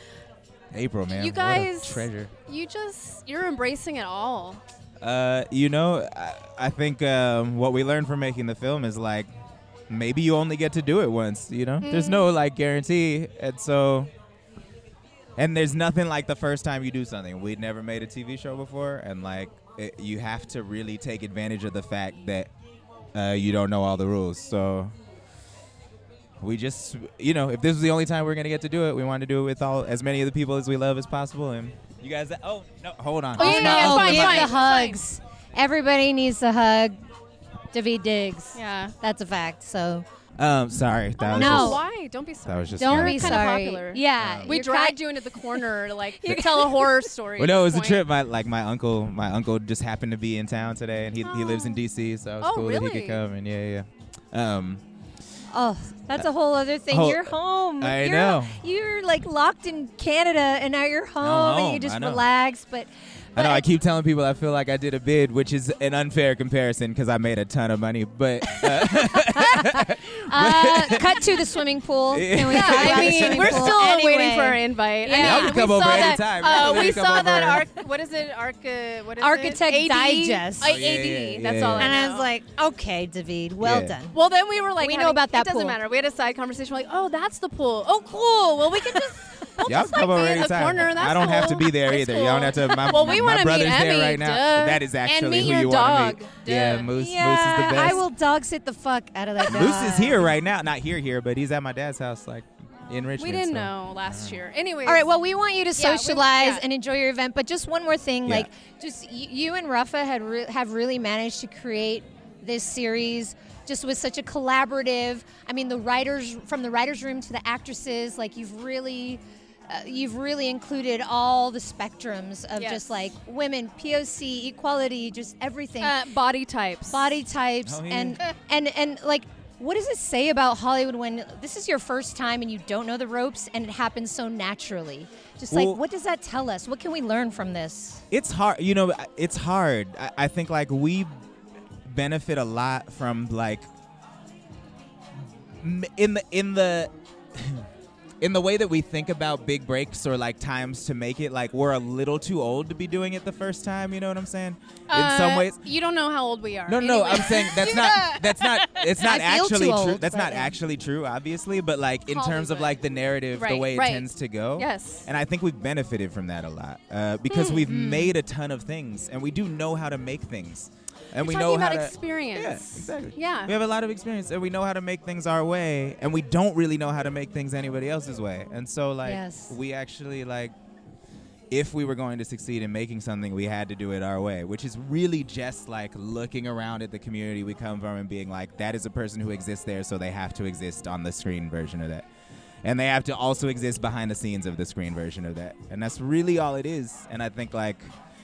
Speaker 6: April, man.
Speaker 3: you
Speaker 6: what a
Speaker 3: guys,
Speaker 6: treasure.
Speaker 3: you just you're embracing it all.
Speaker 6: Uh, you know, I, I think um, what we learned from making the film is like maybe you only get to do it once. You know, there's no like guarantee, and so and there's nothing like the first time you do something. We'd never made a TV show before, and like it, you have to really take advantage of the fact that uh, you don't know all the rules. So. We just, you know, if this was the only time we are gonna get to do it, we wanted to do it with all as many of the people as we love as possible. And you guys, oh no, hold on.
Speaker 3: Oh,
Speaker 6: It's
Speaker 3: yeah,
Speaker 6: my-
Speaker 3: yeah,
Speaker 6: it's
Speaker 3: it's
Speaker 6: my
Speaker 3: fine,
Speaker 6: mic.
Speaker 3: it's
Speaker 2: give
Speaker 3: fine,
Speaker 2: the
Speaker 3: it's fine.
Speaker 2: hugs. Everybody needs a hug. David Diggs.
Speaker 3: Yeah.
Speaker 2: That's a fact. So
Speaker 6: Um, sorry. That was
Speaker 2: No.
Speaker 6: just-
Speaker 3: Why? Don't be sorry.
Speaker 6: That was just.
Speaker 2: don't
Speaker 6: kinda-
Speaker 2: be
Speaker 3: kinda
Speaker 2: sorry.
Speaker 3: popular.
Speaker 2: Yeah,
Speaker 3: We
Speaker 2: you're
Speaker 3: dragged
Speaker 2: ki-
Speaker 3: you into the corner to like tell a horror story.
Speaker 6: Well, no, it was a
Speaker 3: at this
Speaker 6: trip. My like my uncle, my uncle just happened to be in town today, and he, he lives in D.C., so it was
Speaker 3: Oh,
Speaker 6: cool that he
Speaker 3: really?
Speaker 6: could come. And yeah, yeah. Um,
Speaker 2: Oh, that's a whole other thing.
Speaker 6: Whole-
Speaker 2: you're home.
Speaker 6: Oh, I
Speaker 2: you're,
Speaker 6: know.
Speaker 2: You're like locked in Canada, and now you're home, and
Speaker 6: home.
Speaker 2: you just
Speaker 6: I know.
Speaker 2: relax. But,
Speaker 6: I know I
Speaker 2: but-
Speaker 6: keep telling people I feel like I did a bid, which is an unfair comparison because I made a ton of money, but uh,
Speaker 2: uh, cut to the swimming pool.
Speaker 6: Yeah.
Speaker 2: Can we
Speaker 6: Yeah,
Speaker 2: talk about
Speaker 3: I
Speaker 2: the
Speaker 3: mean,
Speaker 2: swimming
Speaker 3: we're
Speaker 2: pool?
Speaker 3: still
Speaker 2: Anyway.
Speaker 3: waiting for our invite.
Speaker 2: Yeah.
Speaker 6: Y'all
Speaker 3: I
Speaker 6: can
Speaker 3: mean,
Speaker 6: come
Speaker 3: we
Speaker 6: over
Speaker 3: saw that.
Speaker 6: anytime.
Speaker 3: Uh,
Speaker 6: Y'all can
Speaker 3: we
Speaker 6: come
Speaker 3: saw
Speaker 6: over.
Speaker 3: that. Arc, what is it? Arca, what is
Speaker 2: Architect
Speaker 3: it? AD?
Speaker 2: Digest.
Speaker 3: Uh,
Speaker 2: Oh,
Speaker 3: AD.
Speaker 6: yeah, yeah,
Speaker 3: That's
Speaker 6: yeah,
Speaker 3: all.
Speaker 6: yeah.
Speaker 2: And I
Speaker 3: I, know.
Speaker 2: was like, okay, David, well
Speaker 6: Yeah.
Speaker 2: done.
Speaker 3: Well, then we were like,
Speaker 2: We know
Speaker 3: having-
Speaker 2: about that
Speaker 3: It doesn't
Speaker 2: pool.
Speaker 3: matter. We had a side conversation. We're like, oh, that's the pool. Oh, cool. Well, we could just. We'll
Speaker 6: y'all
Speaker 3: just,
Speaker 6: can come
Speaker 3: like,
Speaker 6: over
Speaker 3: be in the
Speaker 6: anytime.
Speaker 3: corner. That's
Speaker 6: I don't have to
Speaker 3: cool.
Speaker 6: be there
Speaker 3: That's
Speaker 6: either.
Speaker 3: Cool.
Speaker 6: Y'all don't have to. My,
Speaker 3: Well, we
Speaker 6: my
Speaker 3: wanna
Speaker 6: brother's
Speaker 3: meet
Speaker 6: there
Speaker 3: Emmy,
Speaker 6: right now.
Speaker 3: duh.
Speaker 6: That is
Speaker 3: And
Speaker 6: actually
Speaker 3: meet
Speaker 6: who
Speaker 3: your
Speaker 6: you want
Speaker 3: dog,
Speaker 6: to meet.
Speaker 3: duh.
Speaker 6: Yeah, Moose. Moose is
Speaker 2: yeah,
Speaker 6: the best.
Speaker 2: I will dog sit the fuck out of that dog.
Speaker 6: Moose is here right now. Not here, here, but he's at my dad's house, like in
Speaker 3: Oh. We
Speaker 6: Richmond.
Speaker 3: didn't
Speaker 6: so.
Speaker 3: know last year. Anyway.
Speaker 2: All right. Well, we want you to
Speaker 3: Yeah, we-
Speaker 2: socialize
Speaker 3: yeah.
Speaker 2: and enjoy your event, but just one more thing,
Speaker 6: Yeah.
Speaker 2: like just y- you and Rafa had re- have really managed to create this series just with such a collaborative. I mean, the writers from the writers' room to the actresses, like you've really. Uh, you've really included all the spectrums of
Speaker 3: Yes.
Speaker 2: just like women, POC, equality, just everything
Speaker 3: uh, body types.
Speaker 2: body types
Speaker 6: Oh, yeah.
Speaker 2: and and and like what does it say about Hollywood when this is your first time and you don't know the ropes and it happens so naturally? Just
Speaker 6: Well-
Speaker 2: like what does that tell us? What can we learn from this?
Speaker 6: it's hard you know it's hard I, I think like we benefit a lot from like m- in the in the in the way that we think about big breaks or like times to make it like we're a little too old to be doing it the first time you know what i'm saying in some
Speaker 3: Uh,
Speaker 6: ways
Speaker 3: You don't know how old we are.
Speaker 6: no, no, no.
Speaker 3: Anyway.
Speaker 6: I'm saying that's not that's not it's not
Speaker 2: I feel too
Speaker 6: actually true.
Speaker 2: old,
Speaker 6: That's
Speaker 2: but
Speaker 6: not
Speaker 2: yeah.
Speaker 6: actually true, obviously. But like in terms of
Speaker 3: Hollywood.
Speaker 6: like the narrative, the
Speaker 3: Right,
Speaker 6: way it
Speaker 3: right.
Speaker 6: tends to go.
Speaker 3: Yes. Hmm.
Speaker 6: And I think we've benefited from that a lot uh, because we've made a ton of things, and we do know how to make things, and we
Speaker 3: You're
Speaker 6: know
Speaker 3: talking
Speaker 6: how
Speaker 3: about
Speaker 6: to
Speaker 3: experience.
Speaker 6: Yeah, exactly.
Speaker 3: Yeah.
Speaker 6: We have a lot of experience, and we know how to make things our way, and we don't really know how to make things anybody else's way. And so like
Speaker 2: Yes.
Speaker 6: we actually like if we were going to succeed in making something, we had to do it our way, which is really just like looking around at the community we come from and being like, that is a person who exists there, so they have to exist on the screen version of that. And they have to also exist behind the scenes of the screen version of that. And that's really all it is. And I think like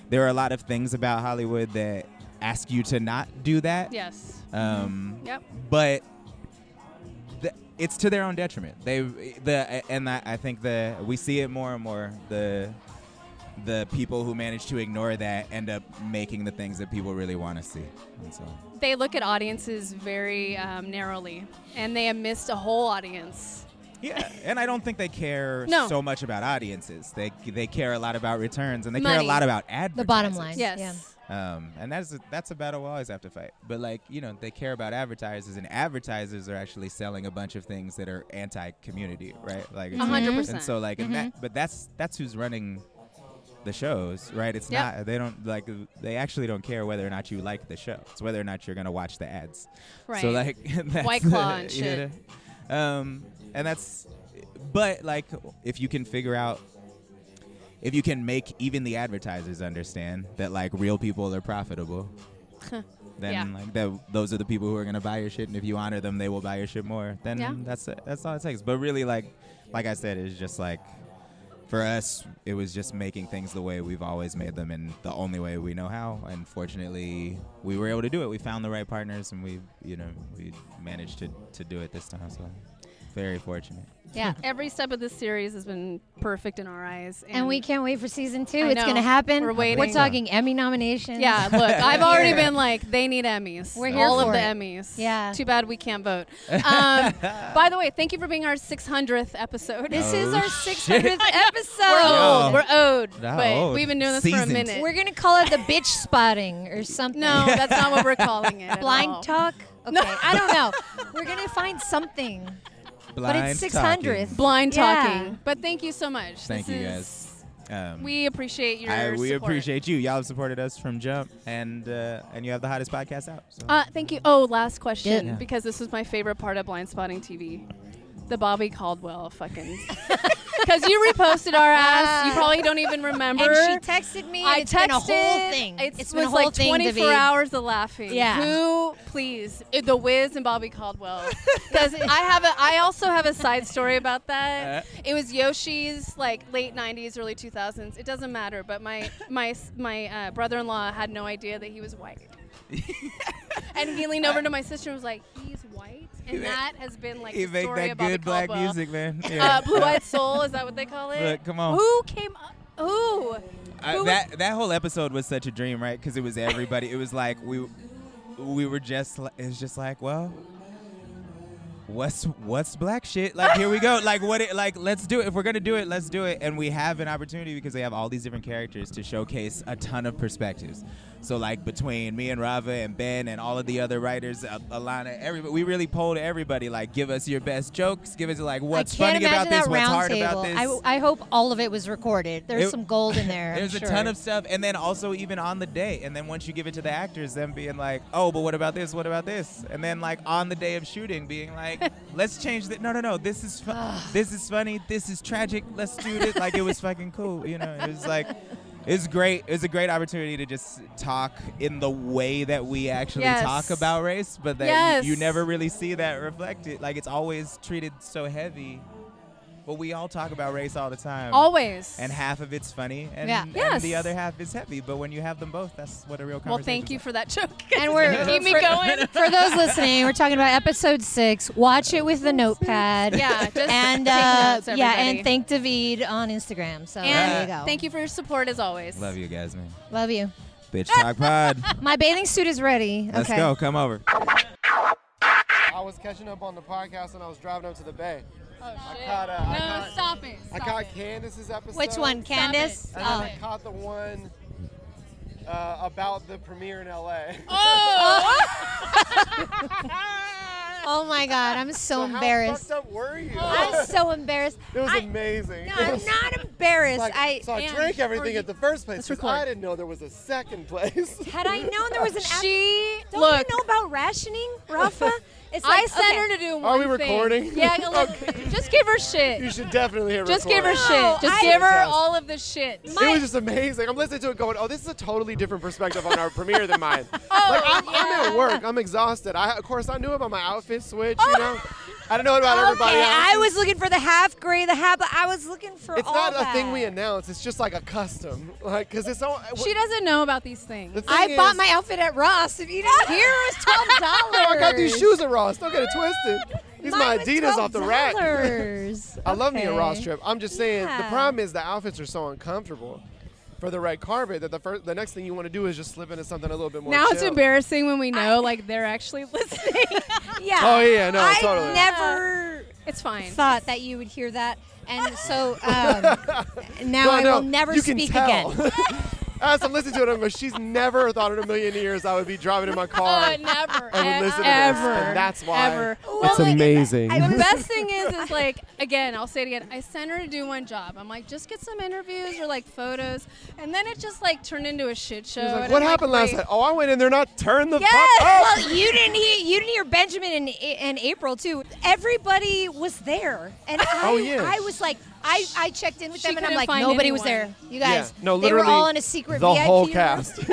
Speaker 6: there are a lot of things about Hollywood that ask you to not do that.
Speaker 3: Yes.
Speaker 6: Um,
Speaker 3: Yep.
Speaker 6: but th- it's to their own detriment. They the and I, I think the we see it more and more the the people who manage to ignore that end up making the things that people really want to see. And so
Speaker 3: They look at audiences very um, narrowly, and they have missed a whole audience.
Speaker 6: yeah, and I don't think they care
Speaker 3: No.
Speaker 6: so much about audiences. They they care a lot about returns and they care a
Speaker 3: Money.
Speaker 6: lot about advertising.
Speaker 2: The bottom line.
Speaker 3: Yes.
Speaker 2: Yeah.
Speaker 6: Um, and that's a, that's a battle we'll always have to fight. But like you know, they care about advertisers, and advertisers are actually selling a bunch of things that are anti-community, right? Like
Speaker 3: A hundred
Speaker 6: And
Speaker 3: percent. Mm-hmm.
Speaker 6: so like, and that, but that's that's who's running the shows, right? It's
Speaker 3: Yep.
Speaker 6: not they don't like they actually don't care whether or not you like the show. It's whether or not you're gonna watch the ads.
Speaker 3: Right.
Speaker 6: So like that's
Speaker 3: White Claw
Speaker 6: the-
Speaker 3: and
Speaker 6: you
Speaker 3: shit.
Speaker 6: know, um, and that's, but like if you can figure out. If you can make even the advertisers understand that like real people are profitable, then
Speaker 4: Yeah.
Speaker 6: like that, those are the people who are gonna buy your shit, and if you honor them, they will buy your shit more. Then
Speaker 4: Yeah.
Speaker 6: that's it. that's all it takes. But really, like like I said, it's just like for us, it was just making things the way we've always made them, and the only way we know how. And fortunately, we were able to do it. We found the right partners, and we you know we managed to to do it this time. So very fortunate.
Speaker 4: Yeah.
Speaker 3: Every step of this series has been perfect in our eyes.
Speaker 2: And we can't wait for season two.
Speaker 3: I
Speaker 2: It's
Speaker 3: know.
Speaker 2: going to happen.
Speaker 3: We're
Speaker 2: We're
Speaker 3: waiting.
Speaker 2: talking Emmy nominations.
Speaker 3: Yeah, look, I've already been like, they need Emmys.
Speaker 2: We're here
Speaker 3: All
Speaker 2: for
Speaker 3: of the
Speaker 2: it.
Speaker 3: Emmys.
Speaker 2: Yeah.
Speaker 3: Too bad we can't vote. Um, by the way, thank you for being our 600th episode.
Speaker 2: This is
Speaker 6: Oh,
Speaker 2: our 600th
Speaker 3: We're
Speaker 2: episode.
Speaker 3: old. We're owed.
Speaker 6: Not
Speaker 3: but
Speaker 6: old.
Speaker 3: we've been doing this for a
Speaker 6: Seasoned.
Speaker 3: minute.
Speaker 2: We're going to call it the bitch spotting or something.
Speaker 3: no, that's not what we're calling it. at all.
Speaker 2: Blind talk? Okay, I don't know. We're going to find something.
Speaker 6: Blind
Speaker 2: but it's
Speaker 6: talking.
Speaker 2: 600th.
Speaker 3: Blind
Speaker 2: Yeah.
Speaker 3: talking. But thank you so much.
Speaker 6: Thank
Speaker 3: This
Speaker 6: you,
Speaker 3: is-
Speaker 6: guys. Um,
Speaker 3: We appreciate your
Speaker 6: I, we
Speaker 3: support.
Speaker 6: appreciate you. Y'all have supported us from jump, and uh, and you have the hottest podcast out. So.
Speaker 3: Uh, thank you. Oh, last question
Speaker 6: Yeah.
Speaker 3: because this was my favorite part of blind spotting TV. The Bobby Caldwell fucking. Because you reposted our ass. You probably don't even remember.
Speaker 2: And she texted me.
Speaker 3: I
Speaker 2: and it's been a whole
Speaker 3: texted-
Speaker 2: thing.
Speaker 3: It's,
Speaker 2: it's
Speaker 3: was
Speaker 2: been a whole
Speaker 3: like
Speaker 2: thing,
Speaker 3: 24
Speaker 2: David.
Speaker 3: hours of laughing.
Speaker 2: Yeah.
Speaker 3: Who, please? It- the Wiz and Bobby Caldwell. Because I have a, I also have a side story about that.
Speaker 6: Uh.
Speaker 3: It was Yoshi's like late 90s, early 2000s. It doesn't matter. But my my s- my uh, brother-in-law had no idea that he was white. and he leaned over to my sister and was like, "He's white," and that has been like
Speaker 6: He
Speaker 3: the
Speaker 6: make
Speaker 3: story
Speaker 6: that
Speaker 3: of Bobby
Speaker 6: good black
Speaker 3: Caldwell.
Speaker 6: music, man. Yeah.
Speaker 3: Uh, Blue Eyed Soul is that what they call it?
Speaker 6: Look, come on.
Speaker 3: Who came up? Who?
Speaker 6: I-
Speaker 3: who was-
Speaker 6: that that whole episode was such a dream, right? Because it was everybody. it was like we we were just li- it was just like well. What's what's black shit? Like here we go. Like what it like let's do it. If we're gonna do it, let's do it. And we have an opportunity because they have all these different characters to showcase a ton of perspectives. So like between me and Rava and Ben and all of the other writers, uh, Alana, everybody, we really polled everybody. Like give us your best jokes. Give us like what's
Speaker 2: I can't
Speaker 6: funny about
Speaker 2: imagine
Speaker 6: this.
Speaker 2: that
Speaker 6: What's
Speaker 2: round
Speaker 6: hard
Speaker 2: table.
Speaker 6: about this.
Speaker 2: I, I hope all of it was recorded. There's
Speaker 6: It-
Speaker 2: some gold in there. I'm
Speaker 6: There's
Speaker 2: sure.
Speaker 6: a ton of stuff, and then also even on the day, and then once you give it to the actors, them being like, "Oh, but what about this? What about this?" And then like on the day of shooting, being like, "Let's change that. No, no, no. This is fu- this is funny. This is tragic. Let's do this." Like it was fucking cool, you know. It was like. It's great. It's a great opportunity to just talk in the way that we actually
Speaker 3: Yes.
Speaker 6: talk about race, but that
Speaker 3: Yes.
Speaker 6: you, you never really see that reflected. Like it's always treated so heavy, but we all talk about race all the time
Speaker 3: Always.
Speaker 6: and half of it's funny and,
Speaker 2: Yeah.
Speaker 6: and
Speaker 3: Yes.
Speaker 6: the other half is heavy but when you have them both that's what a real
Speaker 3: Well,
Speaker 6: conversation
Speaker 3: thank you for that joke.
Speaker 2: And we're
Speaker 3: keep me
Speaker 2: for-
Speaker 3: going.
Speaker 2: For those listening, we're talking about episode six. Watch it with the notepad.
Speaker 3: Yeah, just
Speaker 2: and
Speaker 3: take
Speaker 2: uh,
Speaker 3: notes,
Speaker 2: yeah,
Speaker 3: everybody.
Speaker 2: and thank David on Instagram. So there you
Speaker 3: And
Speaker 2: go.
Speaker 3: thank you for your support as always.
Speaker 6: love you guys man
Speaker 2: Love you.
Speaker 6: bitch talk pod
Speaker 2: My bathing suit is ready.
Speaker 6: let's
Speaker 2: okay.
Speaker 6: go come over
Speaker 7: I was catching up on the podcast and I was driving up to the bay.
Speaker 3: Oh, shit.
Speaker 7: caught, uh, I
Speaker 3: no,
Speaker 7: caught-
Speaker 3: stop it.
Speaker 7: I
Speaker 3: Stop
Speaker 7: caught
Speaker 3: it.
Speaker 7: Candace's episode.
Speaker 2: Which one,
Speaker 7: And
Speaker 2: Candace?
Speaker 7: then
Speaker 2: Oh.
Speaker 7: I caught the one uh, about the premiere in LA.
Speaker 2: Oh my God, I'm so,
Speaker 7: So
Speaker 2: embarrassed.
Speaker 7: How fucked up were you?
Speaker 3: Oh,
Speaker 2: I'm so embarrassed.
Speaker 7: it was
Speaker 2: I-
Speaker 7: amazing.
Speaker 2: No, I'm not embarrassed.
Speaker 7: Like,
Speaker 2: I
Speaker 7: so I
Speaker 3: and-
Speaker 7: drank everything
Speaker 3: or
Speaker 7: at the first place
Speaker 3: Let's
Speaker 7: because
Speaker 3: record.
Speaker 7: I didn't know there was a second place.
Speaker 2: had I known there was an app-
Speaker 3: She
Speaker 2: Don't
Speaker 3: look.
Speaker 2: you know about rationing, Rafa? It's
Speaker 3: I
Speaker 2: like,
Speaker 3: sent
Speaker 2: okay.
Speaker 3: her to do one
Speaker 7: Are we
Speaker 3: thing.
Speaker 7: recording?
Speaker 3: Yeah, a little bit. just give her
Speaker 7: you
Speaker 3: shit.
Speaker 7: should definitely hit
Speaker 3: Just give
Speaker 7: record.
Speaker 3: her shit. Just
Speaker 2: I-
Speaker 3: give her
Speaker 7: Fantastic.
Speaker 3: all of the shit.
Speaker 7: it was just amazing. I'm listening to it going, oh, this is a totally different perspective on our premiere than mine. Like,
Speaker 2: Oh,
Speaker 7: I'm, I'm at work. I'm exhausted. I, of course, I knew about my outfit switch, you know? I don't know about everybody
Speaker 2: Okay,
Speaker 7: else.
Speaker 2: I was looking for the half gray, the half. I was looking for
Speaker 7: It's
Speaker 2: all
Speaker 7: not
Speaker 2: that.
Speaker 7: a thing we announce. It's just like a custom. Like, because it's all.
Speaker 3: she doesn't know about these things.
Speaker 7: The thing
Speaker 2: I bought
Speaker 7: is-
Speaker 2: my outfit at Ross. If you didn't hear, it was twelve dollars.
Speaker 7: Oh, I got these shoes at Ross. Don't get it twisted. These my Adidas off the rack. I love me a Ross trip. I'm just saying.
Speaker 2: Yeah.
Speaker 7: The problem is the outfits are so uncomfortable for the red carpet that the first, the next thing you want to do is just slip into something a little bit more.
Speaker 3: now it's
Speaker 7: chill.
Speaker 3: embarrassing when we know like they're actually listening.
Speaker 2: Yeah.
Speaker 7: Oh, yeah, no,
Speaker 2: I
Speaker 7: totally.
Speaker 2: never
Speaker 3: it's fine.
Speaker 2: thought that you would hear that, and so um, now
Speaker 7: No,
Speaker 2: I
Speaker 7: no,
Speaker 2: will never
Speaker 7: you can
Speaker 2: speak
Speaker 7: tell.
Speaker 2: again.
Speaker 7: As I'm listening to it, I'm going, she's never thought in a million years I would be driving
Speaker 2: Oh,
Speaker 7: in my car.
Speaker 3: Uh, never.
Speaker 7: I would
Speaker 3: e-
Speaker 7: listen to this,
Speaker 3: ever.
Speaker 7: and that's why
Speaker 3: Ever.
Speaker 7: It's
Speaker 3: Well,
Speaker 7: amazing.
Speaker 3: The best thing is, is like again, I'll say it again. I sent her to do one job. I'm like, just get some interviews or like photos, and then it just like turned into a shit show.
Speaker 7: Like,
Speaker 3: and
Speaker 7: what
Speaker 3: I'm
Speaker 7: happened
Speaker 3: like,
Speaker 7: last night? Oh, I went in there and I turned the
Speaker 2: Yes.
Speaker 7: fuck up.
Speaker 2: Well, you didn't hear you didn't hear Benjamin and, and April too. Everybody was there, and I,
Speaker 7: Oh, yeah.
Speaker 2: I was like, I, I checked in with
Speaker 3: She
Speaker 2: them, and I'm
Speaker 3: couldn't
Speaker 2: like,
Speaker 3: find
Speaker 2: nobody was there.
Speaker 3: anyone.
Speaker 2: You guys,
Speaker 7: Yeah. No,
Speaker 2: they were
Speaker 7: literally,
Speaker 2: all in a secret separate
Speaker 7: the
Speaker 2: VIP
Speaker 7: whole
Speaker 2: room.
Speaker 7: cast.